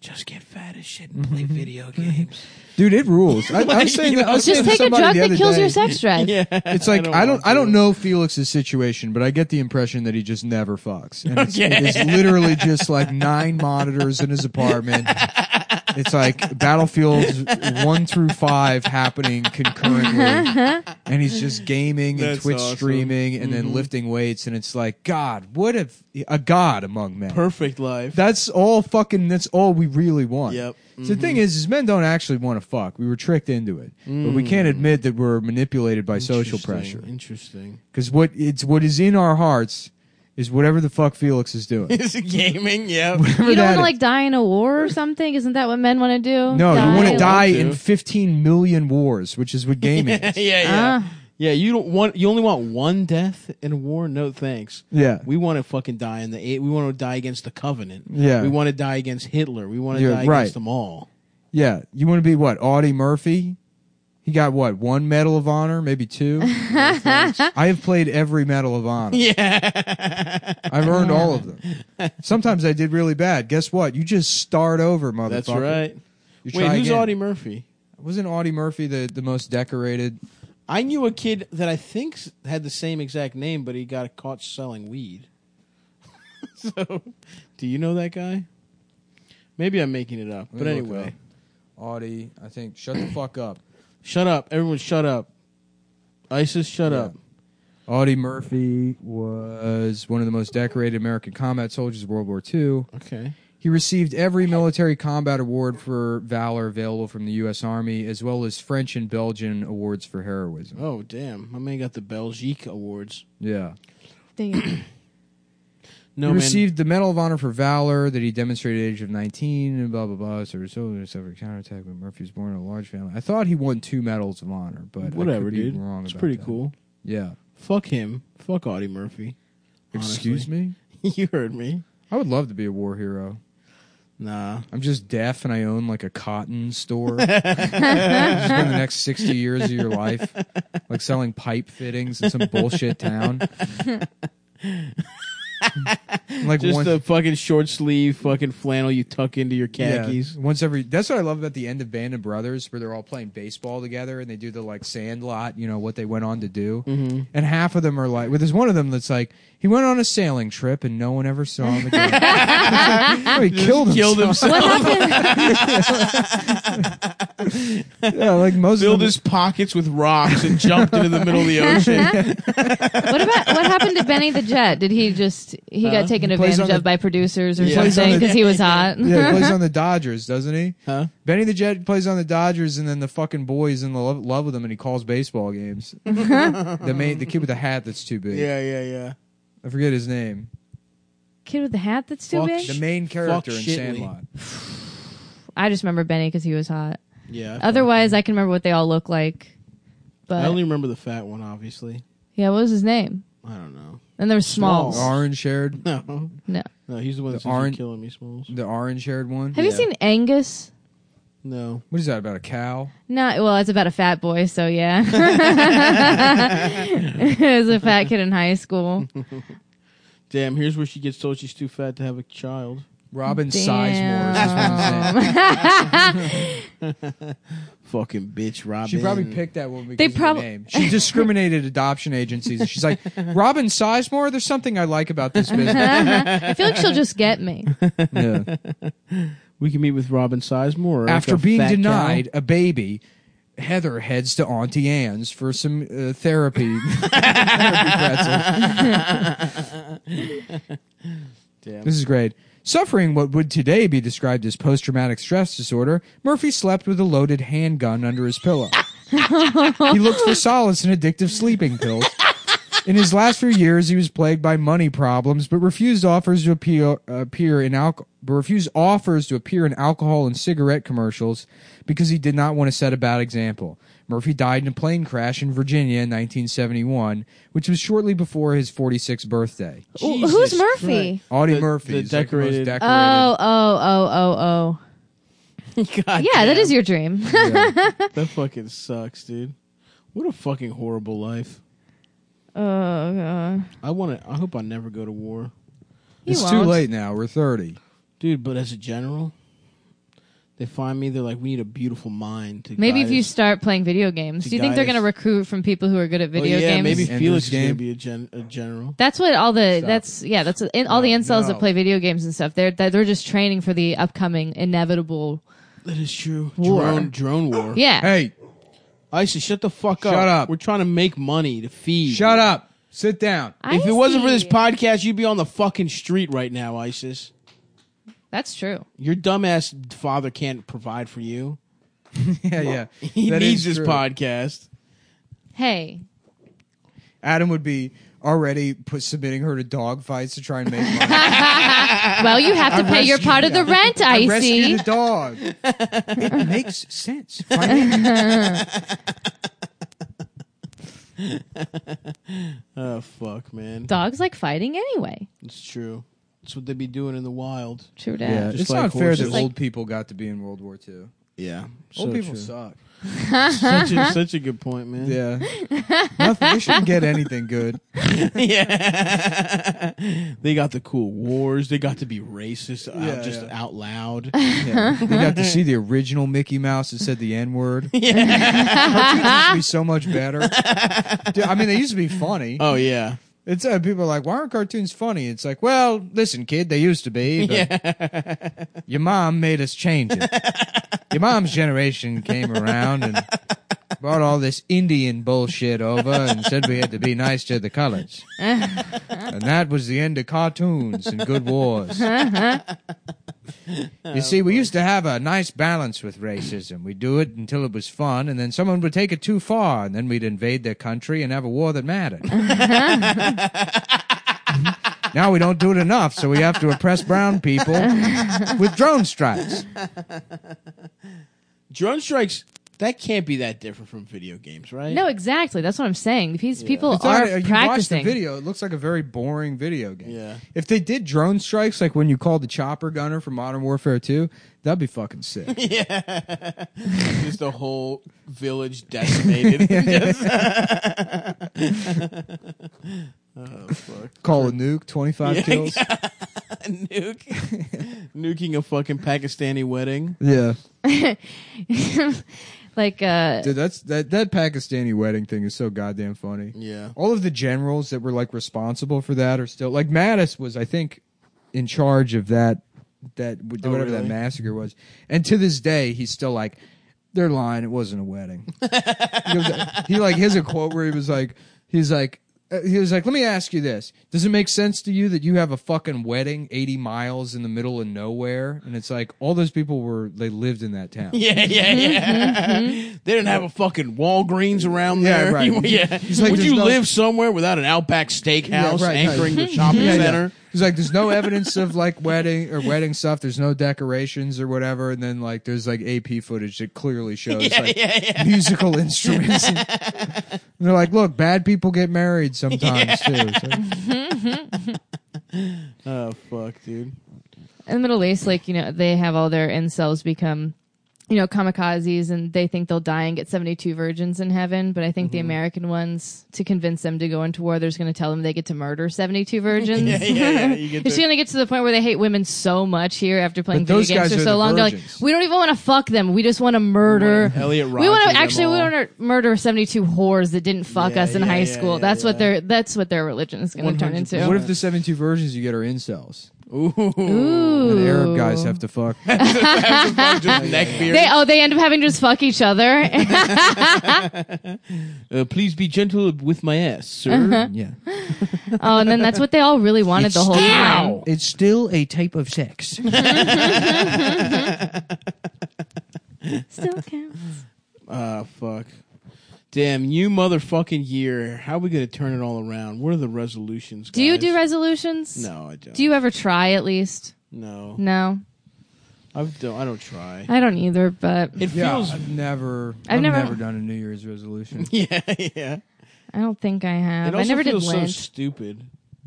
D: just get fat as shit and
C: Mm-hmm.
D: play video games."
C: Dude, it rules. I, I was saying that. I was saying
E: Just
C: to
E: take a
C: somebody
E: drug
C: the
E: that
C: other
E: kills
C: day,
E: your sex drive.
D: Yeah,
C: It's like I don't
D: want
C: I don't
D: to.
C: know Felix's situation, but I get the impression that he just never fucks. And it's,
D: Okay.
C: it is literally just like nine monitors in his apartment. It's like battlefields one through five happening concurrently, and he's just gaming and
D: That's
C: Twitch
D: awesome. Mm-hmm.
C: streaming and then lifting weights, and it's like God, what if a god among men?
D: Perfect life.
C: That's all fucking. That's all we really want.
D: Yep. Mm-hmm.
C: So the thing is, is men don't actually want to fuck. We were tricked into it, but we can't admit that we're manipulated by social
D: Mm. Interesting,
C: pressure.
D: Interesting.
C: Because what it's what is in our hearts is whatever the fuck Felix is doing.
D: Is it gaming? Yeah.
C: Whatever
E: You don't
C: that
E: want
C: is.
E: to like die in a war or something? Isn't that what men want to do?
C: No, you want
D: die.
C: to die
D: Want to.
C: in 15 million wars, which is what gaming
D: yeah,
C: is.
D: yeah. Yeah, you don't want you only want one death in a war? No thanks.
C: Yeah.
D: We want to fucking die in the eight we want to die against the Covenant.
C: Yeah.
D: We want to die against Hitler. We want to
C: You're
D: die
C: right.
D: against them all.
C: Yeah. You want to be what? Audie Murphy? He got what? One Medal of Honor, maybe two? I have played every Medal of Honor.
D: Yeah.
C: I've earned all of them. Sometimes I did really bad. Guess what? You just start over, motherfucker.
D: That's right.
C: You
D: Wait,
C: try
D: who's
C: again.
D: Audie Murphy?
C: Wasn't Audie Murphy the, the most decorated?
D: I knew a kid that I think s- had the same exact name, but he got caught selling weed. so, do you know that guy? Maybe I'm making it up, but
C: me look it
D: anyway,
C: up. Audie, I think. Shut the fuck up.
D: shut up, everyone, shut up. ISIS, shut
C: Yeah.
D: up.
C: Audie Murphy was one of the most decorated American combat soldiers of World War II.
D: Okay.
C: He received every military combat award for valor available from the U.S. Army, as well as French and Belgian awards for heroism.
D: Oh damn, my man got the Belgique awards.
C: Yeah.
E: Dang
D: No
C: he
D: man,
C: received the Medal of Honor for valor that he demonstrated at the age of 19 and blah, blah, blah. So, so suffered a counterattack when Murphy was born in a large family. I thought he won two medals of honor, but I could
D: whatever,
C: be
D: dude.
C: wrong
D: it's
C: about
D: pretty
C: that.
D: cool.
C: Yeah.
D: Fuck him. Fuck Audie Murphy.
C: Excuse me?
D: you heard me.
C: I would love to be a war hero.
D: Nah.
C: I'm just deaf and I own like a cotton store. Spend the next 60 years of your life like selling pipe fittings in some bullshit town. like
D: Just
C: once,
D: a fucking short sleeve, fucking flannel you tuck into your
C: yeah,
D: khakis.
C: once every. That's what I love about the end of Band of Brothers, where they're all playing baseball together and they do the like sandlot, you know, what they went on to do. And half of them are like, well, there's one of them that's like, he went on a sailing trip and no one ever saw him again. Oh, he killed himself.
D: Killed himself.
C: Yeah, like most of
D: filled
C: them-
D: his pockets with rocks and jumped into the middle of the ocean.
E: what about what happened to Benny the Jet? Did he just he
D: Uh,
E: got taken
C: plays
E: advantage
C: on
E: of
C: the-
E: by producers or
D: Yeah.
E: something
D: plays
E: 'cause
C: on
E: something
C: the-
E: because he was hot?
C: Yeah, he plays on the Dodgers, doesn't he?
D: Huh?
C: Benny the Jet plays on the Dodgers, and then the fucking boy's in love, love with him, and he calls baseball games. the main, the kid with the hat that's too big.
D: Yeah, yeah, yeah.
C: I forget his name.
E: Kid with the hat that's too
D: Fuck
E: big.
C: The main character in
D: Shitley.
C: Sandlot.
E: I just remember Benny because he was hot.
D: Yeah.
E: Otherwise, I can remember what they all look like.
D: I
E: But
D: only remember the fat one, obviously.
E: yeah, what was his name?
D: I don't know.
E: And there was Smalls.
D: Smalls.
C: Orange haired,
D: No,
E: No,
D: no, he's the one that's
C: orange-
D: killing me, Smalls.
C: the orange haired one.
E: have you
D: Yeah.
E: seen Angus?
D: No,
C: What is that about a cow?
E: No, well, it's about a fat boy, so yeah. it was a fat kid in high school.
D: damn. Here's where she gets told she's too fat to have a child.
C: Robin Sizemore. Is his
E: Damn.
C: one's name.
D: Fucking bitch, Robin.
C: She probably picked that one because
E: They
C: of the
E: prob-
C: name. She discriminated adoption agencies. She's like, Robin Sizemore. There's something I like about this business.
E: I feel like she'll just get me.
C: Yeah.
D: We can meet with Robin Sizemore or
C: After
D: like a
C: being
D: fat
C: denied a baby, Heather heads to Auntie Anne's for some uh, therapy. Therapy pretzel.
D: cow. Damn.
C: This is great. Suffering what would today be described as post traumatic stress disorder, Murphy slept with a loaded handgun under his pillow. he looked for solace in addictive sleeping pills. In his last few years, he was plagued by money problems, but refused offers to appear, appear in alcohol. But refused offers to appear in alcohol and cigarette commercials because he did not want to set a bad example. Murphy died in a plane crash in Virginia in 1971, which was shortly before his 46th birthday.
E: Wh-
D: Jesus
E: Who's Murphy?
D: Christ.
C: Audie
D: The-
C: Murphy,
D: the
C: is like the most
D: decorated-
C: decorated.
E: Oh, oh, oh, oh, oh.
D: God
E: Yeah, that is your dream.
D: that fucking sucks, dude. What a fucking horrible life.
E: oh, God.
D: I want to. I hope I never go to war.
E: You
C: it's too
E: won't.
C: late now. We're 30.
D: dude. But as a general, they find me. They're like, we need a beautiful mind to.
E: Maybe
D: guide
E: if you
D: us."
E: start playing video games,
D: To
E: do you think they're
D: guide
E: going to
D: us.
E: recruit from people who are good at
D: oh,
E: video
D: yeah,
E: games?
D: maybe
C: Ender's
D: Felix is gonna
C: Game.
D: be a, gen- a general.
E: That's what all the
C: Stop.
E: that's yeah that's in, all the
C: No,
E: incels
C: no.
E: that play video games and stuff. They're they're they're just training for the upcoming inevitable
D: That is true.
E: War.
D: Drone, drone war.
E: Yeah.
C: Hey,
D: Isis, shut the fuck up.
C: Shut up.
D: We're trying to make money to feed.
C: shut up. Sit down.
D: If it wasn't for this
E: Icy.
D: podcast, you'd be on the fucking street right now, Isis.
E: That's true.
D: Your dumbass father can't provide for you.
C: Yeah, yeah.
D: He
C: That
D: needs
C: is
D: this
C: true.
D: podcast.
E: Hey,
C: Adam would be already put, submitting her to dog fights to try and make money.
E: well, you have to pay your
C: rescued
E: part of the rent,
C: I rescued
E: Icy.
C: a dog. it makes sense. Financially.
D: Oh fuck, man.
E: Dogs like fighting anyway.
D: It's true. That's what they be doing in the wild.
E: True
C: Yeah,
E: that.
D: Just
C: it's
D: like
C: not fair that
D: horses.
C: old people got to be in World War II.
D: Yeah.
C: old people
D: true.
C: suck.
D: such, a, such a good point, man.
C: Yeah, Nothing, they shouldn't get anything good.
D: yeah. they got the cool wars. They got to be racist out,
C: Yeah,
D: just
C: yeah.
D: out loud.
C: Yeah. We got to see the original Mickey Mouse that said the N word. Yeah, used to be so much better. Dude, I mean, they used to be funny.
D: oh yeah.
C: It's uh, people are like, why aren't cartoons funny? It's like, well, listen, kid, they used to be. But your mom made us change it. your mom's generation came around and brought all this Indian bullshit over and said we had to be nice to the colors. and that was the end of cartoons and good wars. You see, we used to have a nice balance with racism. We'd do it until it was fun, and then someone would take it too far, and then we'd invade their country and have a war that mattered. Now we don't do it enough, so we have to oppress brown people with drone strikes.
D: Drone strikes. That can't be that different from video games, right?
E: No, exactly. That's what I'm saying. These people
C: It's
E: are
C: not- uh, you watch the
E: practicing.
C: video; it looks like a very boring video game.
D: Yeah.
C: If they did drone strikes, like when you called the chopper gunner from Modern Warfare Two, that'd be fucking sick.
D: Just the whole village decimated.
C: Call a nuke, twenty five kills.
D: Nuke. Nuking a fucking Pakistani wedding.
C: Yeah,
E: like, uh,
C: dude, that's that that Pakistani wedding thing is so goddamn funny.
D: Yeah.
C: all of the generals that were like responsible for that are still like Mattis was I think in charge of that that
D: Oh,
C: whatever that
D: really?
C: massacre was and to this day he's still like they're lying it wasn't a wedding he, was- he, like has a quote where he was like he's like uh, he was like let me ask you this does it make sense to you that you have a fucking wedding 80 miles in the middle of nowhere and it's like all those people were they lived in that town
D: Yeah, yeah,
E: Mm-hmm,
D: yeah. they didn't have a fucking Walgreens around
C: Yeah,
D: there.
C: right.
D: yeah.
C: He's like,
D: Would
C: there's
D: you
C: no-
D: live somewhere without an Outback Steakhouse
C: Yeah, right,
D: anchoring the shopping
C: Yeah, yeah.
D: center?
C: He's like, there's no evidence of like wedding or wedding stuff. There's no decorations or whatever. And then like, there's like AP footage that clearly shows like musical instruments. and they're like, look, bad people get married sometimes too. It's like,
D: Oh fuck, dude.
E: in the Middle East, like, you know, they have all their incels become, you know, kamikazes and they think they'll die and get 72 virgins in heaven. But I think
D: Mm-hmm.
E: the American ones, to convince them to go into war, they're just going to tell them they get to murder 72 virgins.
D: Yeah, yeah, yeah. You get
E: It's
D: to-
E: going to get to the point where they hate women so much here after playing
C: But
E: video
C: those
E: games
C: guys
E: for
C: are
E: so
C: the
E: long. They're
C: virgins.
E: like, we don't even want to fuck them. We just want to murder.
D: Elliot
E: we want
D: Rodger
E: to
D: them
E: actually we
D: all.
E: want to murder seventy two whores that didn't fuck
D: Yeah,
E: us in
D: yeah,
E: high
D: yeah,
E: school.
D: yeah,
E: that's
D: yeah.
E: what their that's what their religion is going to turn
D: 100%.
E: into.
C: what if the 72 versions you get are incels?
D: Ooh.
C: And
E: Ooh.
C: Arab guys have to fuck.
D: Just neck beard.
E: They oh they end up having to just fuck each other.
D: Uh, please be gentle with my ass,
E: Uh-huh.
D: sir.
C: yeah.
E: oh, and then that's what they all really wanted the whole time.
D: Ow!
C: It's still a type of sex.
E: Still counts.
D: Ah, fuck. Damn, you motherfucking year. How are we going to turn it all around? What are the resolutions,
E: Do you
D: guys?
E: do resolutions?
D: No, I don't.
E: Do you ever try at least?
D: No.
E: No,
D: I've don't, I don't try.
E: I don't either. But
D: It
C: Yeah,
D: feels.
C: I've never,
E: I've
C: I've,
E: never-
C: never, done a New Year's resolution.
D: Yeah, yeah.
E: I don't think I
D: It
E: have. I
D: also
E: never did
D: feels so
E: Lent.
D: stupid.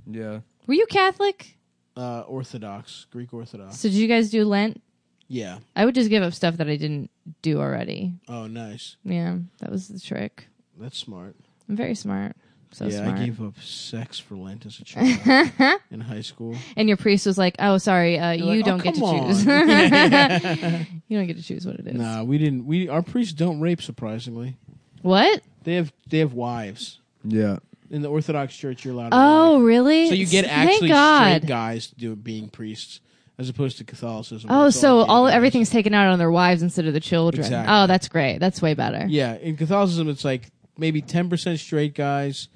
C: yeah,
E: Were you Catholic?
D: Uh, Orthodox, Greek Orthodox.
E: So did you guys do Lent?
D: Yeah.
E: I would just give up stuff that I didn't do already.
D: Oh, nice.
E: Yeah, that was the trick.
D: That's smart.
E: I'm very smart. So
D: yeah,
E: smart.
D: I gave up sex for Lent as a child in high school.
E: and your priest was like, "Oh, sorry, uh, you
D: like, "Oh,
E: don't get to
D: come
E: choose. you don't get to choose what it is.
D: Nah, we didn't. We our priests don't rape. Surprisingly,
E: What?
D: they have they have wives
C: yeah.
D: in the Orthodox Church. You're allowed. a wife.
E: Oh, really?
D: so you get
E: S- Oh, Thank
D: actually
E: God.
D: straight guys do being priests as opposed to Catholicism. where
E: Oh,
D: it's
E: so all
D: gay guys.
E: everything's taken out on their wives instead of the children.
D: Exactly.
E: Oh, that's great. That's way better.
D: Yeah, in Catholicism, it's like maybe ten percent straight guys,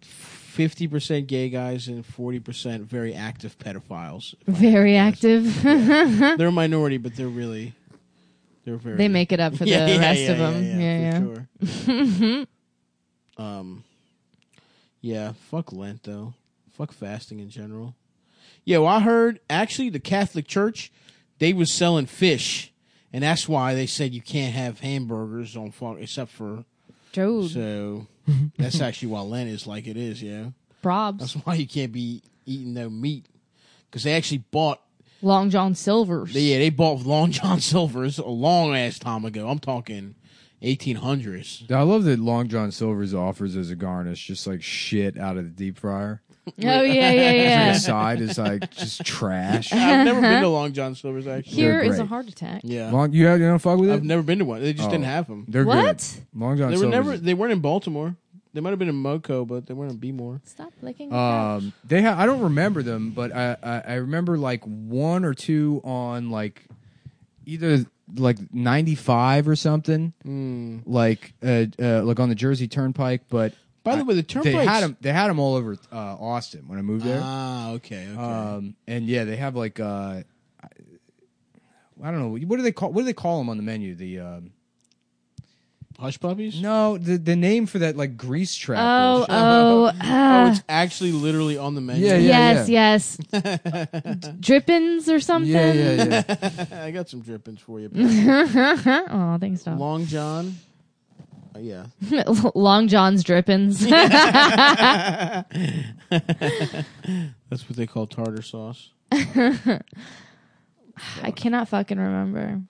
D: fifty percent gay guys, and forty percent very active pedophiles.
E: Very active.
D: they're a minority, but they're really they're very.
E: Mm-hmm. they make it up for the
D: Yeah, yeah,
E: rest
D: yeah,
E: of them. Yeah, yeah. Mm-hmm.
D: for sure. um, yeah. Fuck Lent though. Fuck fasting in general. Yeah, well, I heard actually the Catholic Church they was selling fish, and that's why they said you can't have hamburgers on fuck except for
E: Job,
D: So
C: Mm-hmm.
D: that's actually why Lent is like it is, yeah. That's
E: Brobs,
D: why you can't be eating no meat because they actually bought.
E: Long John Silver's.
D: They, yeah, they bought Long John Silver's a long ass time ago. I'm talking 1800s.
C: I love that Long John Silver's offers as a garnish just like shit out of the deep fryer.
E: Oh yeah, yeah,
C: Like
E: yeah.
C: a side is like just trash.
D: I've never been to Long John Silver's actually.
E: Here is a
C: great.
E: heart attack.
D: Yeah,
C: Long, you, have, you don't fuck with it.
D: I've never been to one. They just didn't have them.
C: They're
E: What?
C: good. Long John
D: They were
C: Silver's
D: never. They weren't in Baltimore. They might have been in Moco, but they weren't in Beemore.
E: Stop
D: Uh,
E: licking.
C: Um, they ha- I don't remember them, but I, I I remember like one or two on like either like ninety five or something,
D: Hmm.
C: like uh, uh like on the Jersey Turnpike. But
D: By the way, the
C: they
D: turnpike
C: had them they had 'em all over uh, Austin when I moved there.
D: Ah, okay, okay.
C: um, and yeah, they have like uh, I I don't know what do they call what do they call them on the menu? The um,
D: Hush puppies.
C: no the the name for that like grease trap.
E: oh,
C: bullshit.
E: oh, ah.
D: Oh, it's actually literally on the menu.
C: Yeah,
E: yes, yes. Drippins or something.
C: yeah, yeah, yeah.
D: I got some drippings for you.
E: oh, thanks, Tom.
D: Long John. Uh, yeah.
E: Long John's drippins.
D: That's what they call tartar sauce.
E: I cannot fucking remember.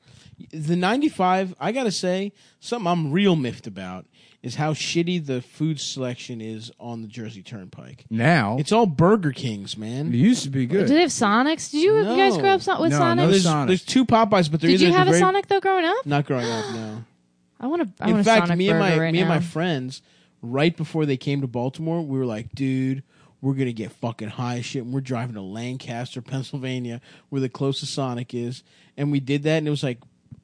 D: The 95, I got to say, something I'm real miffed about is how shitty the food selection is on the Jersey Turnpike.
C: Now
D: It's all Burger Kings,
C: it
D: man.
C: used to be good.
E: Did they have Sonics? Did you, you guys
D: No.
E: grow up so- with
C: No, no
E: Sonics?
D: There's,
C: Sonic.
D: there's two Popeyes, but they're
E: Did
D: either
E: you
D: at the
E: have a
D: very-
E: Sonic though growing up?
D: Not growing up, no.
E: I want to. I
D: In
E: want
D: fact,
E: a Sonic
D: me and my
E: burger right
D: me and
E: now.
D: my friends, right before they came to Baltimore, we were like, dude, we're gonna get fucking high as shit, and we're driving to Lancaster, Pennsylvania, where the closest Sonic is, and we did that, and it was like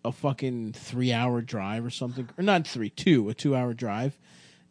D: a fucking three hour drive or something, or not three, two, a two hour drive,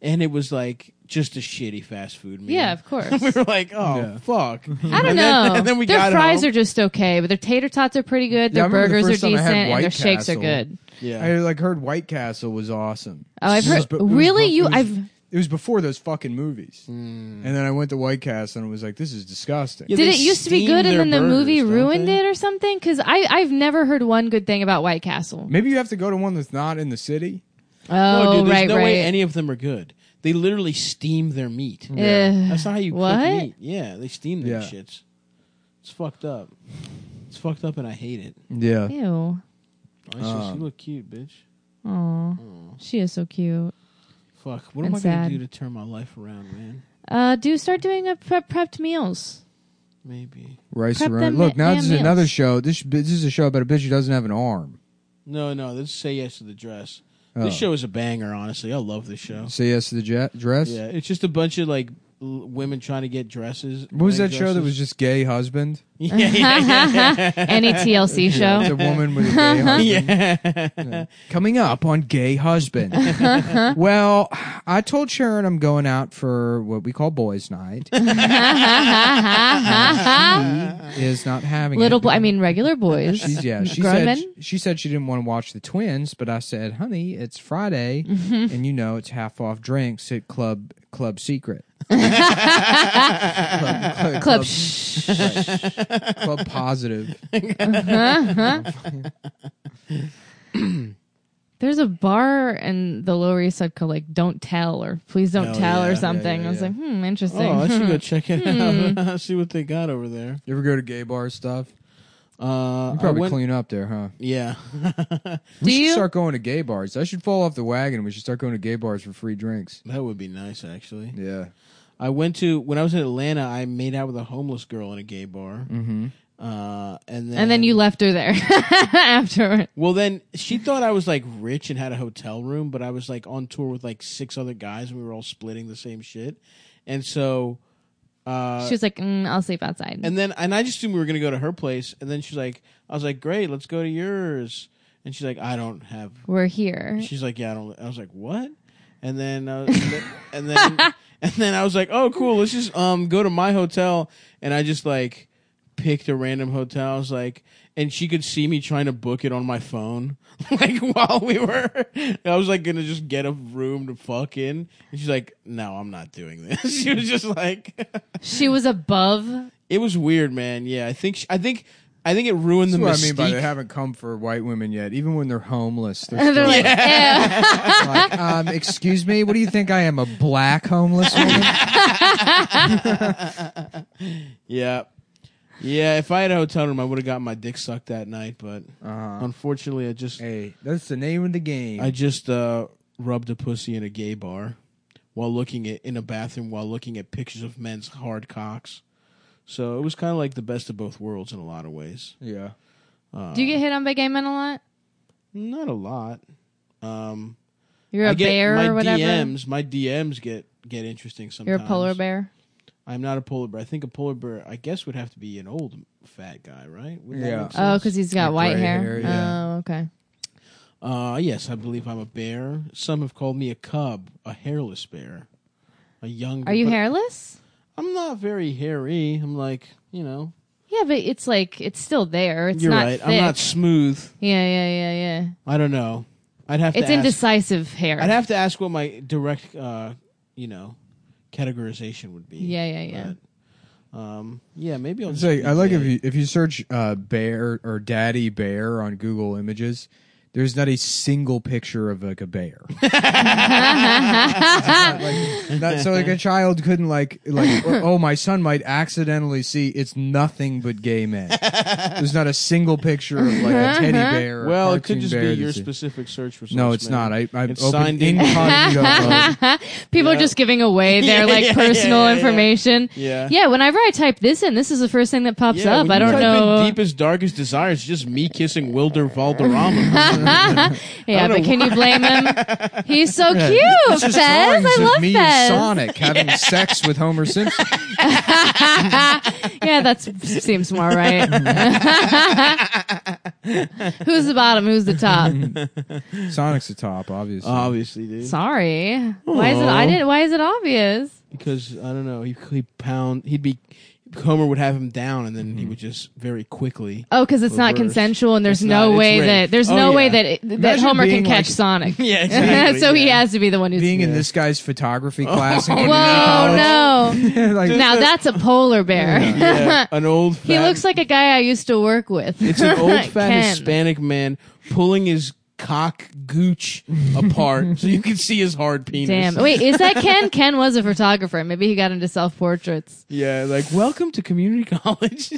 D: and it was like just a shitty fast food meal.
E: Yeah, of course.
D: we were like, oh fuck.
E: I don't
D: And
E: know.
D: Then, and then we
E: their
D: got
E: fries
D: home.
E: are just okay, but their tater tots are pretty good.
C: Yeah, I
E: Their
C: remember the
E: burgers are
C: first time I had
E: decent, and their
C: White
E: shakes are
C: Castle.
E: good.
D: yeah.
C: I like heard White Castle was awesome.
E: Oh, I've
C: It was
E: heard-
C: bu- it was
E: really?
C: bu-
E: You-
C: it was-
E: I've-
C: It was before those fucking movies, and then I went to White Castle and was like, "This is disgusting."
D: Yeah,
E: Did
D: they
E: it used to be
D: steam
E: good, and
D: their
E: then the
D: burgers,
E: movie
D: don't
E: ruined
D: they?
E: it or something? Because I I've never heard one good thing about White Castle.
C: Maybe you have to go to one that's not in the city.
E: Oh,
D: No, dude, there's
E: right,
D: no
E: right.
D: way any of them are good. They literally steam their meat.
E: Ugh.
D: That's not how you
E: What?
D: cook meat. Yeah, they steam their
C: Yeah.
D: shits. It's fucked up. It's fucked up, and I hate it.
C: Yeah,
E: Ew.
D: Isis,
C: Uh.
D: you look cute, bitch.
E: Aw. She is so cute.
D: Fuck. What am
E: And
D: I
E: sad.
D: gonna do to turn my life around, man?
E: Uh, do start doing a prep prepped meals.
D: Maybe.
C: rice
E: Prep
C: around.
E: them
C: Look, now
E: ma-
C: this is
E: meals.
C: another show. This sh- this is a show about a bitch who doesn't have an arm.
D: No, no. Let's say yes to the dress. This
C: Oh.
D: show is a banger. Honestly, I love this show.
C: Say yes to the ja- dress.
D: Yeah, it's just a bunch of like l- women trying to get dresses.
C: What was that
D: wedding
C: show that was
D: dresses.
C: just gay husband?
D: yeah, yeah,
E: Any TLC
C: It's
E: show.
C: a woman with a gay husband. Coming up on Gay Husband. well, I told Sharon I'm going out for what we call boys' night. She is not having
E: Little
C: it.
E: boy, I mean regular boys.
C: She's, yeah, she
E: Grown
C: said
E: men?
C: she said she didn't want to watch the twins, but I said, "Honey, it's Friday,
E: Mm-hmm.
C: and you know it's half off drinks at Club Club Secret, Club, club,
E: Club. Shh.
C: Club Positive."
E: There's a bar in the Lower East Side called like "Don't Tell" or "Please Don't
D: Oh,
E: Tell"
D: yeah,
E: or
D: yeah,
E: something.
C: yeah,
E: I was
C: yeah.
E: like, hmm, interesting.
D: Oh, I should go check it
E: Hmm.
D: out. See what they got over there.
C: You ever go to gay bar stuff?
D: Uh,
C: You
D: I
C: probably
D: went-
C: clean up there, huh?
D: Yeah.
E: Do
C: We should
E: you?
C: start going to gay bars. I should fall off the wagon. We should start going to gay bars for free drinks.
D: That would be nice, actually.
C: Yeah.
D: I went to when I was in Atlanta. I made out with a homeless girl in a gay bar, mm-hmm. uh, and then
E: and then you left her there afterward.
D: Well, then she thought I was like rich and had a hotel room, but I was like on tour with like six other guys, and we were all splitting the same shit. And so Uh,
E: she was like, mm, "I'll sleep outside."
D: and then and I just assumed we were gonna go to her place, and then she's like, I was like, great, let's go to yours, and she's like, I don't have.
E: We're here.
D: She's like, yeah, I don't. I was like, what? And then uh, and then- and then and then I was like, oh, cool, let's just um go to my hotel, and I just like picked a random hotel. I was like. And she could see me trying to book it on my phone, like while we were. I was like gonna just get a room to fuck in, and she's like, "No, I'm not doing this." She was just like,
E: She was above.
D: It was weird, man. Yeah, I think sh I think I think it ruined the
C: That's what
D: mystique.
C: I mean by they haven't come for white women yet. Even when they're homeless, they're
E: And they're
C: still
E: like, "Eh."
C: like, um, excuse me, what do you think I am, a black homeless woman?
D: yeah, yeah. If I had a hotel room, I would have gotten my dick sucked that night. But unfortunately, I just
C: Uh-huh. hey, that's the name of the game.
D: I just uh, rubbed a pussy in a gay bar while looking at in a bathroom while looking at pictures of men's hard cocks. So it was kind of like the best of both worlds in a lot of ways.
C: yeah.
E: Do you get hit on by gay men a lot?
D: Not a lot. Um,
E: You're a
D: I get
E: bear
D: my
E: or whatever.
D: DMs. My DMs get get interesting sometimes.
E: You're a polar bear.
D: I'm not a polar bear. I think a polar bear, I guess, would have to be an old fat guy, right? Would that
C: Yeah.
D: make
E: Oh,
D: sense?
E: because he's got white
C: gray
E: hair.
C: hair, yeah.
E: Oh, okay.
D: Uh, yes, I believe I'm a bear. Some have called me a cub, a hairless bear, a young.
E: Are you
D: but
E: hairless?
D: I'm not very hairy. I'm like, you know,
E: Yeah, but it's like it's still there. It's
D: you're
E: not
D: right.
E: thick.
D: I'm not smooth.
E: yeah, yeah, yeah, yeah.
D: I don't know. I'd have
E: It's
D: to. ask-
E: indecisive hair.
D: I'd have to ask what my direct, uh, you know, categorization would be.
E: Yeah, yeah, yeah.
D: But, um, yeah, maybe I'll.
C: It's
D: just
C: like
D: be
C: I like
D: gay.
C: if you if you search uh, bear or daddy bear on Google Images, there's not a single picture of like a bear. It's not, like, not- so like a child couldn't like like oh my son might accidentally see it's nothing but gay men. There's not a single picture of like a teddy
E: Uh-huh.
C: bear. Or a
D: Well, it
C: cartoon
D: could just
C: bear
D: be
C: to
D: your
C: see.
D: specific search results.
C: No, it's
D: man.
C: not. I I
D: It's
C: opened
D: signed in-
C: incognito mode.
E: People
D: Yeah.
E: are just giving away their
D: Yeah,
E: like
D: yeah, yeah,
E: personal
D: yeah, yeah.
E: information.
D: Yeah.
E: whenever I type this in, this is the first thing that pops
D: Yeah,
E: up.
D: when
E: I
D: you
E: don't
D: type In
E: know.
D: deepest, darkest desires, just me kissing Wilder Valderrama.
E: yeah,
D: I don't
E: but
D: know
E: can you blame him? He's so cute, Fez.
C: Drawings
E: I
C: of
E: love
C: me
E: Fez.
C: and Sonic having sex with Homer Simpson.
E: Yeah, that seems more right. Who's the bottom? Who's the top?
C: Sonic's the top, obviously.
D: Obviously, dude.
E: Sorry. Why is it?
D: Oh.
E: I didn't. Why is it obvious?
D: Because I don't know, he would pound. He'd be Homer would have him down, and then he would just very quickly.
E: Oh, because it's not
D: Reverse.
E: consensual, and there's
D: It's not-
E: no
D: it's
E: way
D: rape.
E: that there's
D: Oh,
E: no way
D: yeah.
E: that it, that
C: Imagine
E: Homer
C: being
E: can catch
C: like-
E: Sonic.
D: Yeah, exactly,
E: so he
D: yeah. Oh,
E: has to be the one who's
C: being in this guy's photography class. in
E: Whoa, no!
C: college. like,
E: now that's a polar bear.
D: Yeah, an old.
E: he
D: fat-
E: looks like a guy I used to work with.
D: It's an old fat
E: Ken.
D: Hispanic man pulling his cock gooch apart, so you can see his hard penis.
E: Damn. Wait, is that Ken? Ken was a photographer. Maybe he got into self portraits.
D: Yeah, like welcome to community college.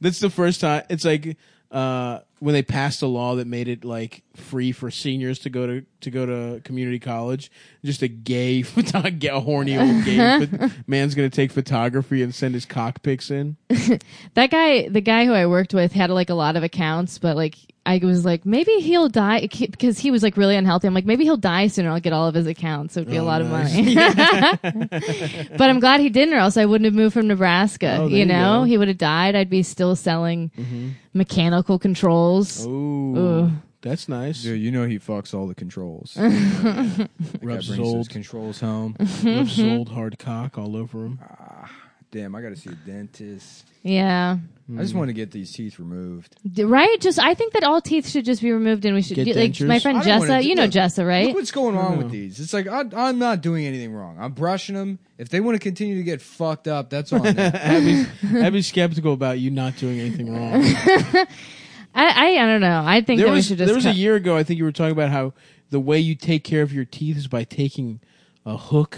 D: That's the first time. It's like uh, when they passed a law that made it like free for seniors to go to to go to community college. Just a gay, photo- a horny old gay pho- man's gonna take photography and send his cock pics in.
E: That guy, the guy who I worked with, had like a lot of accounts, but like I was like, maybe he'll die because he was like really unhealthy. I'm like, maybe he'll die sooner. I'll get all of his accounts. It would be a lot
D: Oh, nice.
E: of money. but I'm glad he didn't, or else I wouldn't have moved from Nebraska.
D: Oh, there
E: you
D: you
E: know,
D: go. Mm-hmm.
E: he would have died. I'd be still selling mechanical controls.
D: Ooh, that's nice.
C: dude, you know he fucks all the controls. That guy
D: Rubs
C: brings
D: his
C: those
D: old-
C: controls home.
D: Rubs his old hard cock all over him.
C: Damn, I gotta see a dentist.
E: Yeah.
C: I just want to get these teeth removed.
E: D- Right? Just I think that all teeth should just be removed and we should
D: Get
E: do, like
D: dentures?
E: my friend
C: I don't wanna
E: Jessa,
C: do-
E: you know
C: look,
E: Jessa, right?
C: Look what's going on with these. It's like I, I'm not doing anything wrong. I'm brushing them. If they want to continue to get fucked up, that's on them.
D: I'd be, I'd be skeptical about you not doing anything wrong.
E: I, I I don't know. I think
D: there
E: that we
D: was
E: should just
D: there was a
E: cut-
D: year ago. I think you were talking about how the way you take care of your teeth is by taking a hook,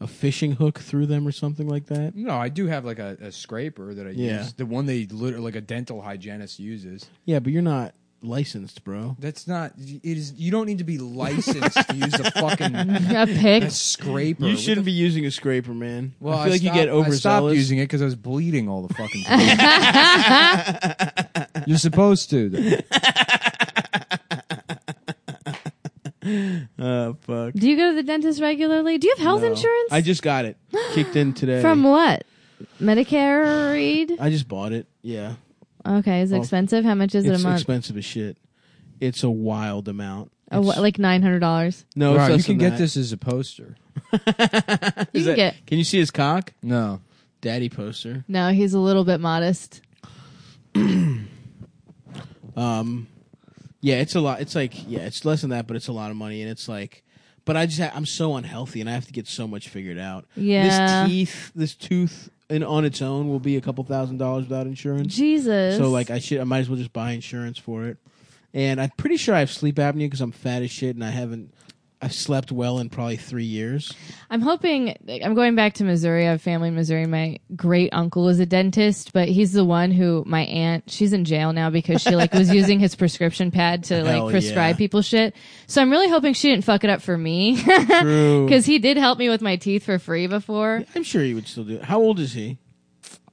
D: a fishing hook through them, or something like that.
C: no, I do have like a, a scraper that I
D: Yeah.
C: use. The one they literally like a dental hygienist uses.
D: Yeah, but you're not licensed, bro.
C: That's not. It is. You don't need to be licensed to use a fucking
E: a pick.
C: a scraper.
D: You
C: What
D: shouldn't be using a scraper, man.
C: Well,
D: I feel like
C: stopped,
D: you get
C: I stopped
D: overzealous.
C: using it because I was bleeding all the fucking time. You're supposed to. though.
D: Uh, fuck.
E: Do you go to the dentist regularly? Do you have health
D: No.
E: insurance?
D: I just got it kicked in today
E: From what? Medicare?
D: I just bought it. Yeah.
E: Okay, is it
D: Well,
E: expensive? How much is it a
D: Oh. it's
E: month?
D: expensive as shit. It's a wild amount.
E: Oh, what, like nine hundred dollars.
D: No, it's
C: Right, you
D: less
C: can
D: than
C: get
D: that.
C: this as a poster.
E: You
D: Is
E: can
D: that-
E: get.
D: Can you see his cock?
C: No.
D: Daddy poster.
E: No, he's a little bit modest.
D: Um, yeah, it's a lot. It's like yeah, it's less than that, but it's a lot of money, and it's like, but I just ha- I'm so unhealthy, and I have to get so much figured out.
E: Yeah.
D: this teeth, this tooth, and on its own will be a couple thousand dollars without insurance.
E: Jesus.
D: So like I should, I might as well just buy insurance for it. And I'm pretty sure I have sleep apnea because I'm fat as shit, and I haven't. I've slept well in probably three years.
E: I'm hoping I'm going back to Missouri. I have family in Missouri. My great uncle was a dentist, but he's the one who my aunt she's in jail now because she like was using his prescription pad to
D: Hell
E: like prescribe
D: yeah.
E: people shit. So I'm really hoping she didn't fuck it up for me
D: True.
E: because he did help me with my teeth for free before.
D: I'm sure he would still do it. How old is he?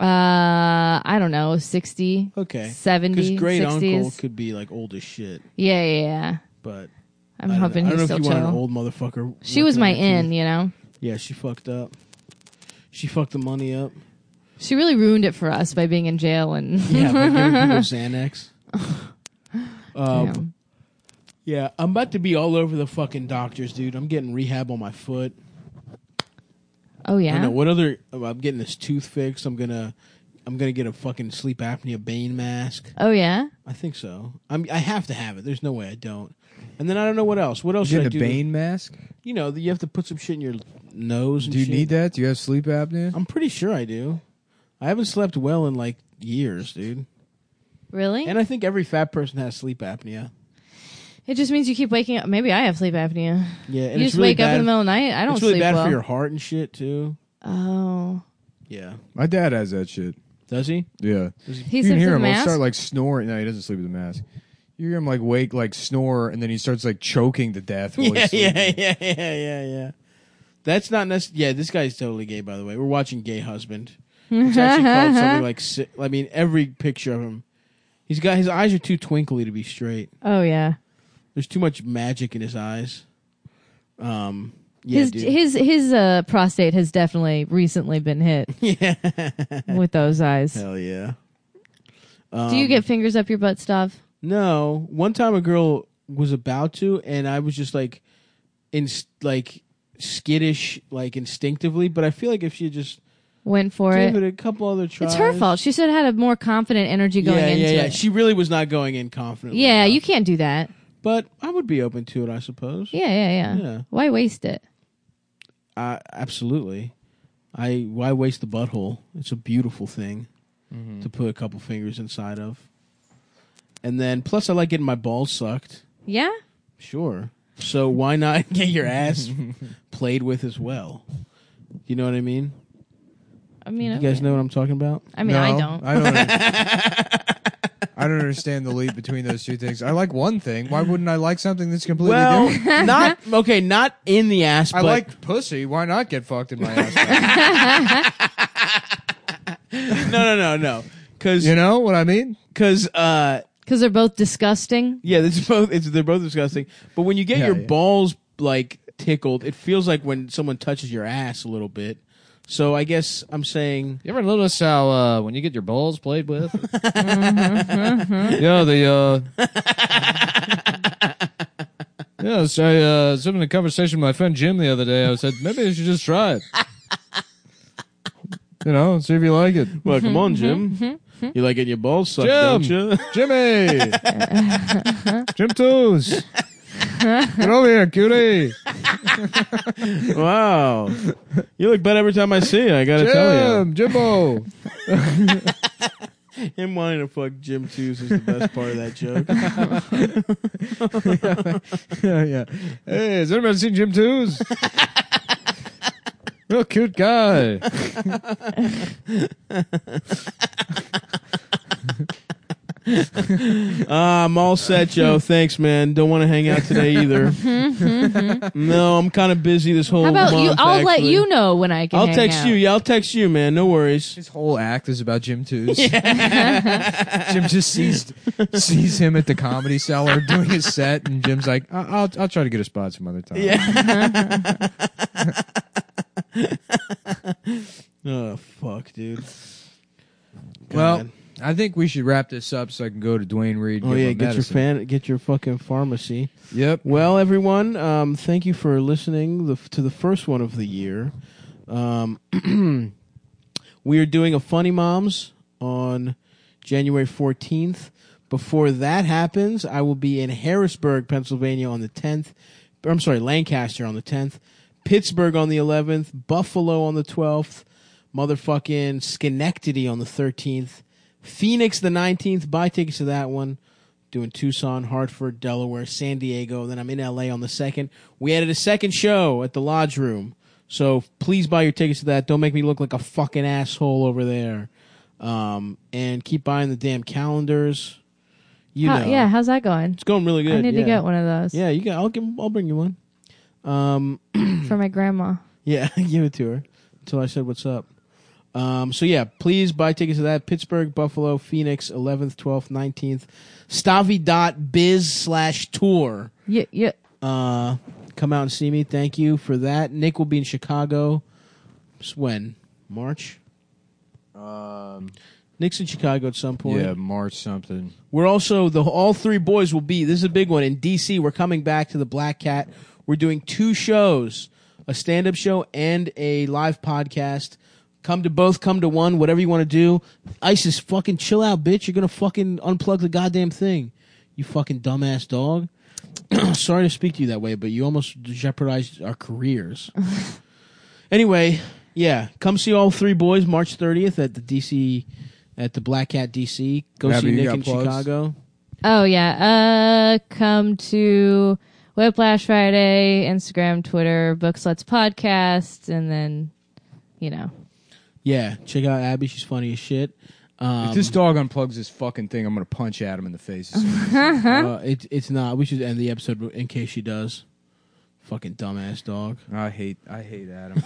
E: Uh, I don't know, sixty.
D: Okay.
E: 70,
D: Because great
E: 60s.
D: uncle could be like old as shit,
E: Yeah, yeah, yeah.
D: but
E: I'm
D: I don't
E: hoping
D: know. I
E: he's
D: don't know
E: still
D: if you want an
E: chill.
D: old motherfucker.
E: She was
D: working
E: my
D: on your
E: in,
D: team.
E: you know.
D: Yeah, she fucked up. She fucked the money up.
E: She really ruined it for us by being in jail and
D: Yeah, by giving people Xanax.
E: you
D: Um,
E: know.
D: Yeah, I'm about to be all over the fucking doctors, dude. I'm getting rehab on my foot. I
E: Oh
D: don't
E: yeah.
D: know what other. oh, I'm getting this tooth fixed. I'm gonna. I'm gonna get a fucking sleep apnea Bane mask.
E: Oh yeah.
D: I think so. I'm. I have to have it. There's no way I don't. And then I don't know what else. What else
C: Get
D: should I
C: a
D: do?
C: Bane mask?
D: You know, you have to put some shit in your nose. And
C: Do you
D: shit. Oh.
C: need that? Do you have sleep apnea?
D: I'm pretty sure I do. I haven't slept well in like years, dude.
E: Really?
D: And I think every fat person has sleep apnea.
E: It just means you keep waking up. Maybe I have sleep apnea.
D: Yeah,
E: You
D: and it's
E: just
D: really
E: wake up
D: bad-
E: in the middle of the night. I don't
D: it's really
E: sleep
D: bad
E: well.
D: for your heart and shit too.
E: oh,
D: Yeah,
C: My dad has that shit.
D: does he?
C: Yeah.
E: he
C: you can
E: sleeps
C: hear
E: with a
C: him. He'll
E: mask.
C: start like snoring. No, he doesn't sleep with a mask. You hear him like wake, like snore, and then he starts like choking to death. While he's sleeping.
D: yeah, yeah, yeah, yeah. That's not necessarily. Yeah, this guy's totally gay. By the way, we're watching Gay Husband. It's actually called something like. si- I mean, every picture of him, he's got his eyes are too twinkly to be straight.
E: oh yeah.
D: There's too much magic in his eyes. Um. Yeah,
E: his
D: dude.
E: his his uh, prostate has definitely recently been hit
D: yeah.
E: with those eyes.
D: Hell yeah.
E: Do
D: um,
E: you get fingers up your butt, Stav?
D: No, one time a girl was about to, and I was just like, in like skittish, like instinctively. But I feel like if she just
E: Went for
D: gave
E: it.
D: it a couple other tries,
E: It's her fault. She should have had a more confident energy going
D: yeah,
E: into
D: yeah, yeah.
E: it.
D: She really was not going in confidently.
E: yeah,
D: enough.
E: you can't do that.
D: But I would be open to it, I suppose.
E: Yeah, yeah, yeah.
D: Yeah.
E: Why waste it?
D: I, absolutely. I why waste the butthole? It's a beautiful thing to put a couple fingers inside of. And then plus, I like getting my balls sucked.
E: Yeah.
D: Sure. So why not get your ass played with as well? You know what I mean?
E: I mean,
D: You guys
E: okay.
D: know what I'm talking about?
E: I mean,
C: No,
E: I don't.
C: I don't. under- I don't understand the leap between those two things. I like one thing. Why wouldn't I like something that's completely different?
D: not okay, not in the ass,
C: I
D: but
C: like pussy. Why not get fucked in my ass?
D: no, no, no, no, because
C: you know what I mean?
D: because uh,
E: Because they're both disgusting.
D: yeah, it's both. It's they're both disgusting. But when you get
C: Yeah,
D: your
C: yeah.
D: balls like tickled, it feels like when someone touches your ass a little bit. So I guess I'm saying
H: You ever notice how uh, when you get your balls played with?
C: Mm-hmm,
H: yeah, the uh, yeah. So I uh, was having a conversation with my friend Jim the other day. I said maybe I should just try it. You know, see if you like it,
D: Well, come on, Jim. You like getting your balls sucked,
H: Jim!
D: don't you?
H: Jimmy. Jim Toes. Get over here, cutie.
D: wow. You look better every time I see you, I gotta tell you.
H: Jim, Jimbo.
D: Him wanting to fuck Jim Twos is the best part of that joke.
H: yeah, yeah. Hey, has anybody seen Jim Twos? Real cute guy.
D: Ah, I'm all set, Joe. Thanks, man. Don't want to hang out today either. no, I'm kind of busy this whole
E: How about you?
D: month,
E: I'll let
D: actually.
E: you know when I can.
D: I'll
E: hang
D: text
E: out.
D: you. Yeah, I'll text you, man. No worries.
C: His whole act is about Jim Twos. Jim just sees sees him at the comedy cellar doing his set, and Jim's like, I- "I'll I'll try to get a spot some other time."
D: Yeah. Oh fuck, dude.
C: Well,
D: God.
C: I think we should wrap this up so I can go to Dwayne Reed. and
D: oh
C: get
D: yeah,
C: my
D: get your
C: medicine.
D: fan, get your fucking pharmacy.
C: Yep.
D: Well, everyone, um, thank you for listening the, to the first one of the year. Um, we are doing a Funny Moms on January 14th. Before that happens, I will be in Harrisburg, Pennsylvania on the 10th. I'm sorry, Lancaster on the 10th, Pittsburgh on the 11th, Buffalo on the 12th, motherfucking Schenectady on the 13th, Phoenix the 19th. Buy tickets to that one doing Tucson, Hartford, Delaware, San Diego. Then I'm in LA on the second. We added a second show at the Lodge Room, so please buy your tickets to that. Don't make me look like a fucking asshole over there. Um, and keep buying the damn calendars. You
E: How-
D: know,
E: yeah, how's that going?
D: it's going really good.
E: I need
D: yeah.
E: to get one of those
D: Yeah, you got. I'll give. I'll bring you one. Um,
E: for my grandma.
D: yeah, give it to her until I said what's up. Um, so yeah, please buy tickets to that Pittsburgh, Buffalo, Phoenix, 11th, 12th, 19th, stavi.biz slash tour.
E: Yeah, yeah.
D: Uh, come out and see me. Thank you for that. Nick will be in Chicago. s- When March? Nick's in Chicago at some point.
C: Yeah, March something.
D: We're also the all three boys will be. This is a big one in DC. We're coming back to the Black Cat. We're doing two shows, a stand-up show and a live podcast. Come to both, come to one, whatever you want to do. ISIS, fucking chill out, bitch. You're gonna fucking unplug the goddamn thing. You fucking dumbass dog. Sorry to speak to you that way, but you almost jeopardized our careers. Anyway, yeah, come see all three boys March 30th at the DC, at the Black Cat DC. Go
C: Abby,
D: see
C: you
D: Nick
C: got
D: in
C: plugs?
D: Chicago.
E: Oh yeah. Uh, come to Whiplash Friday, Instagram, Twitter, Books Let's Podcast, and then you know.
D: Yeah, check out Abby. She's funny as shit. Um,
C: if this dog unplugs this fucking thing, I'm gonna punch Adam in the face.
D: uh, it, it's not. We should end the episode in case she does. Fucking dumbass dog.
C: I hate. I hate Adam.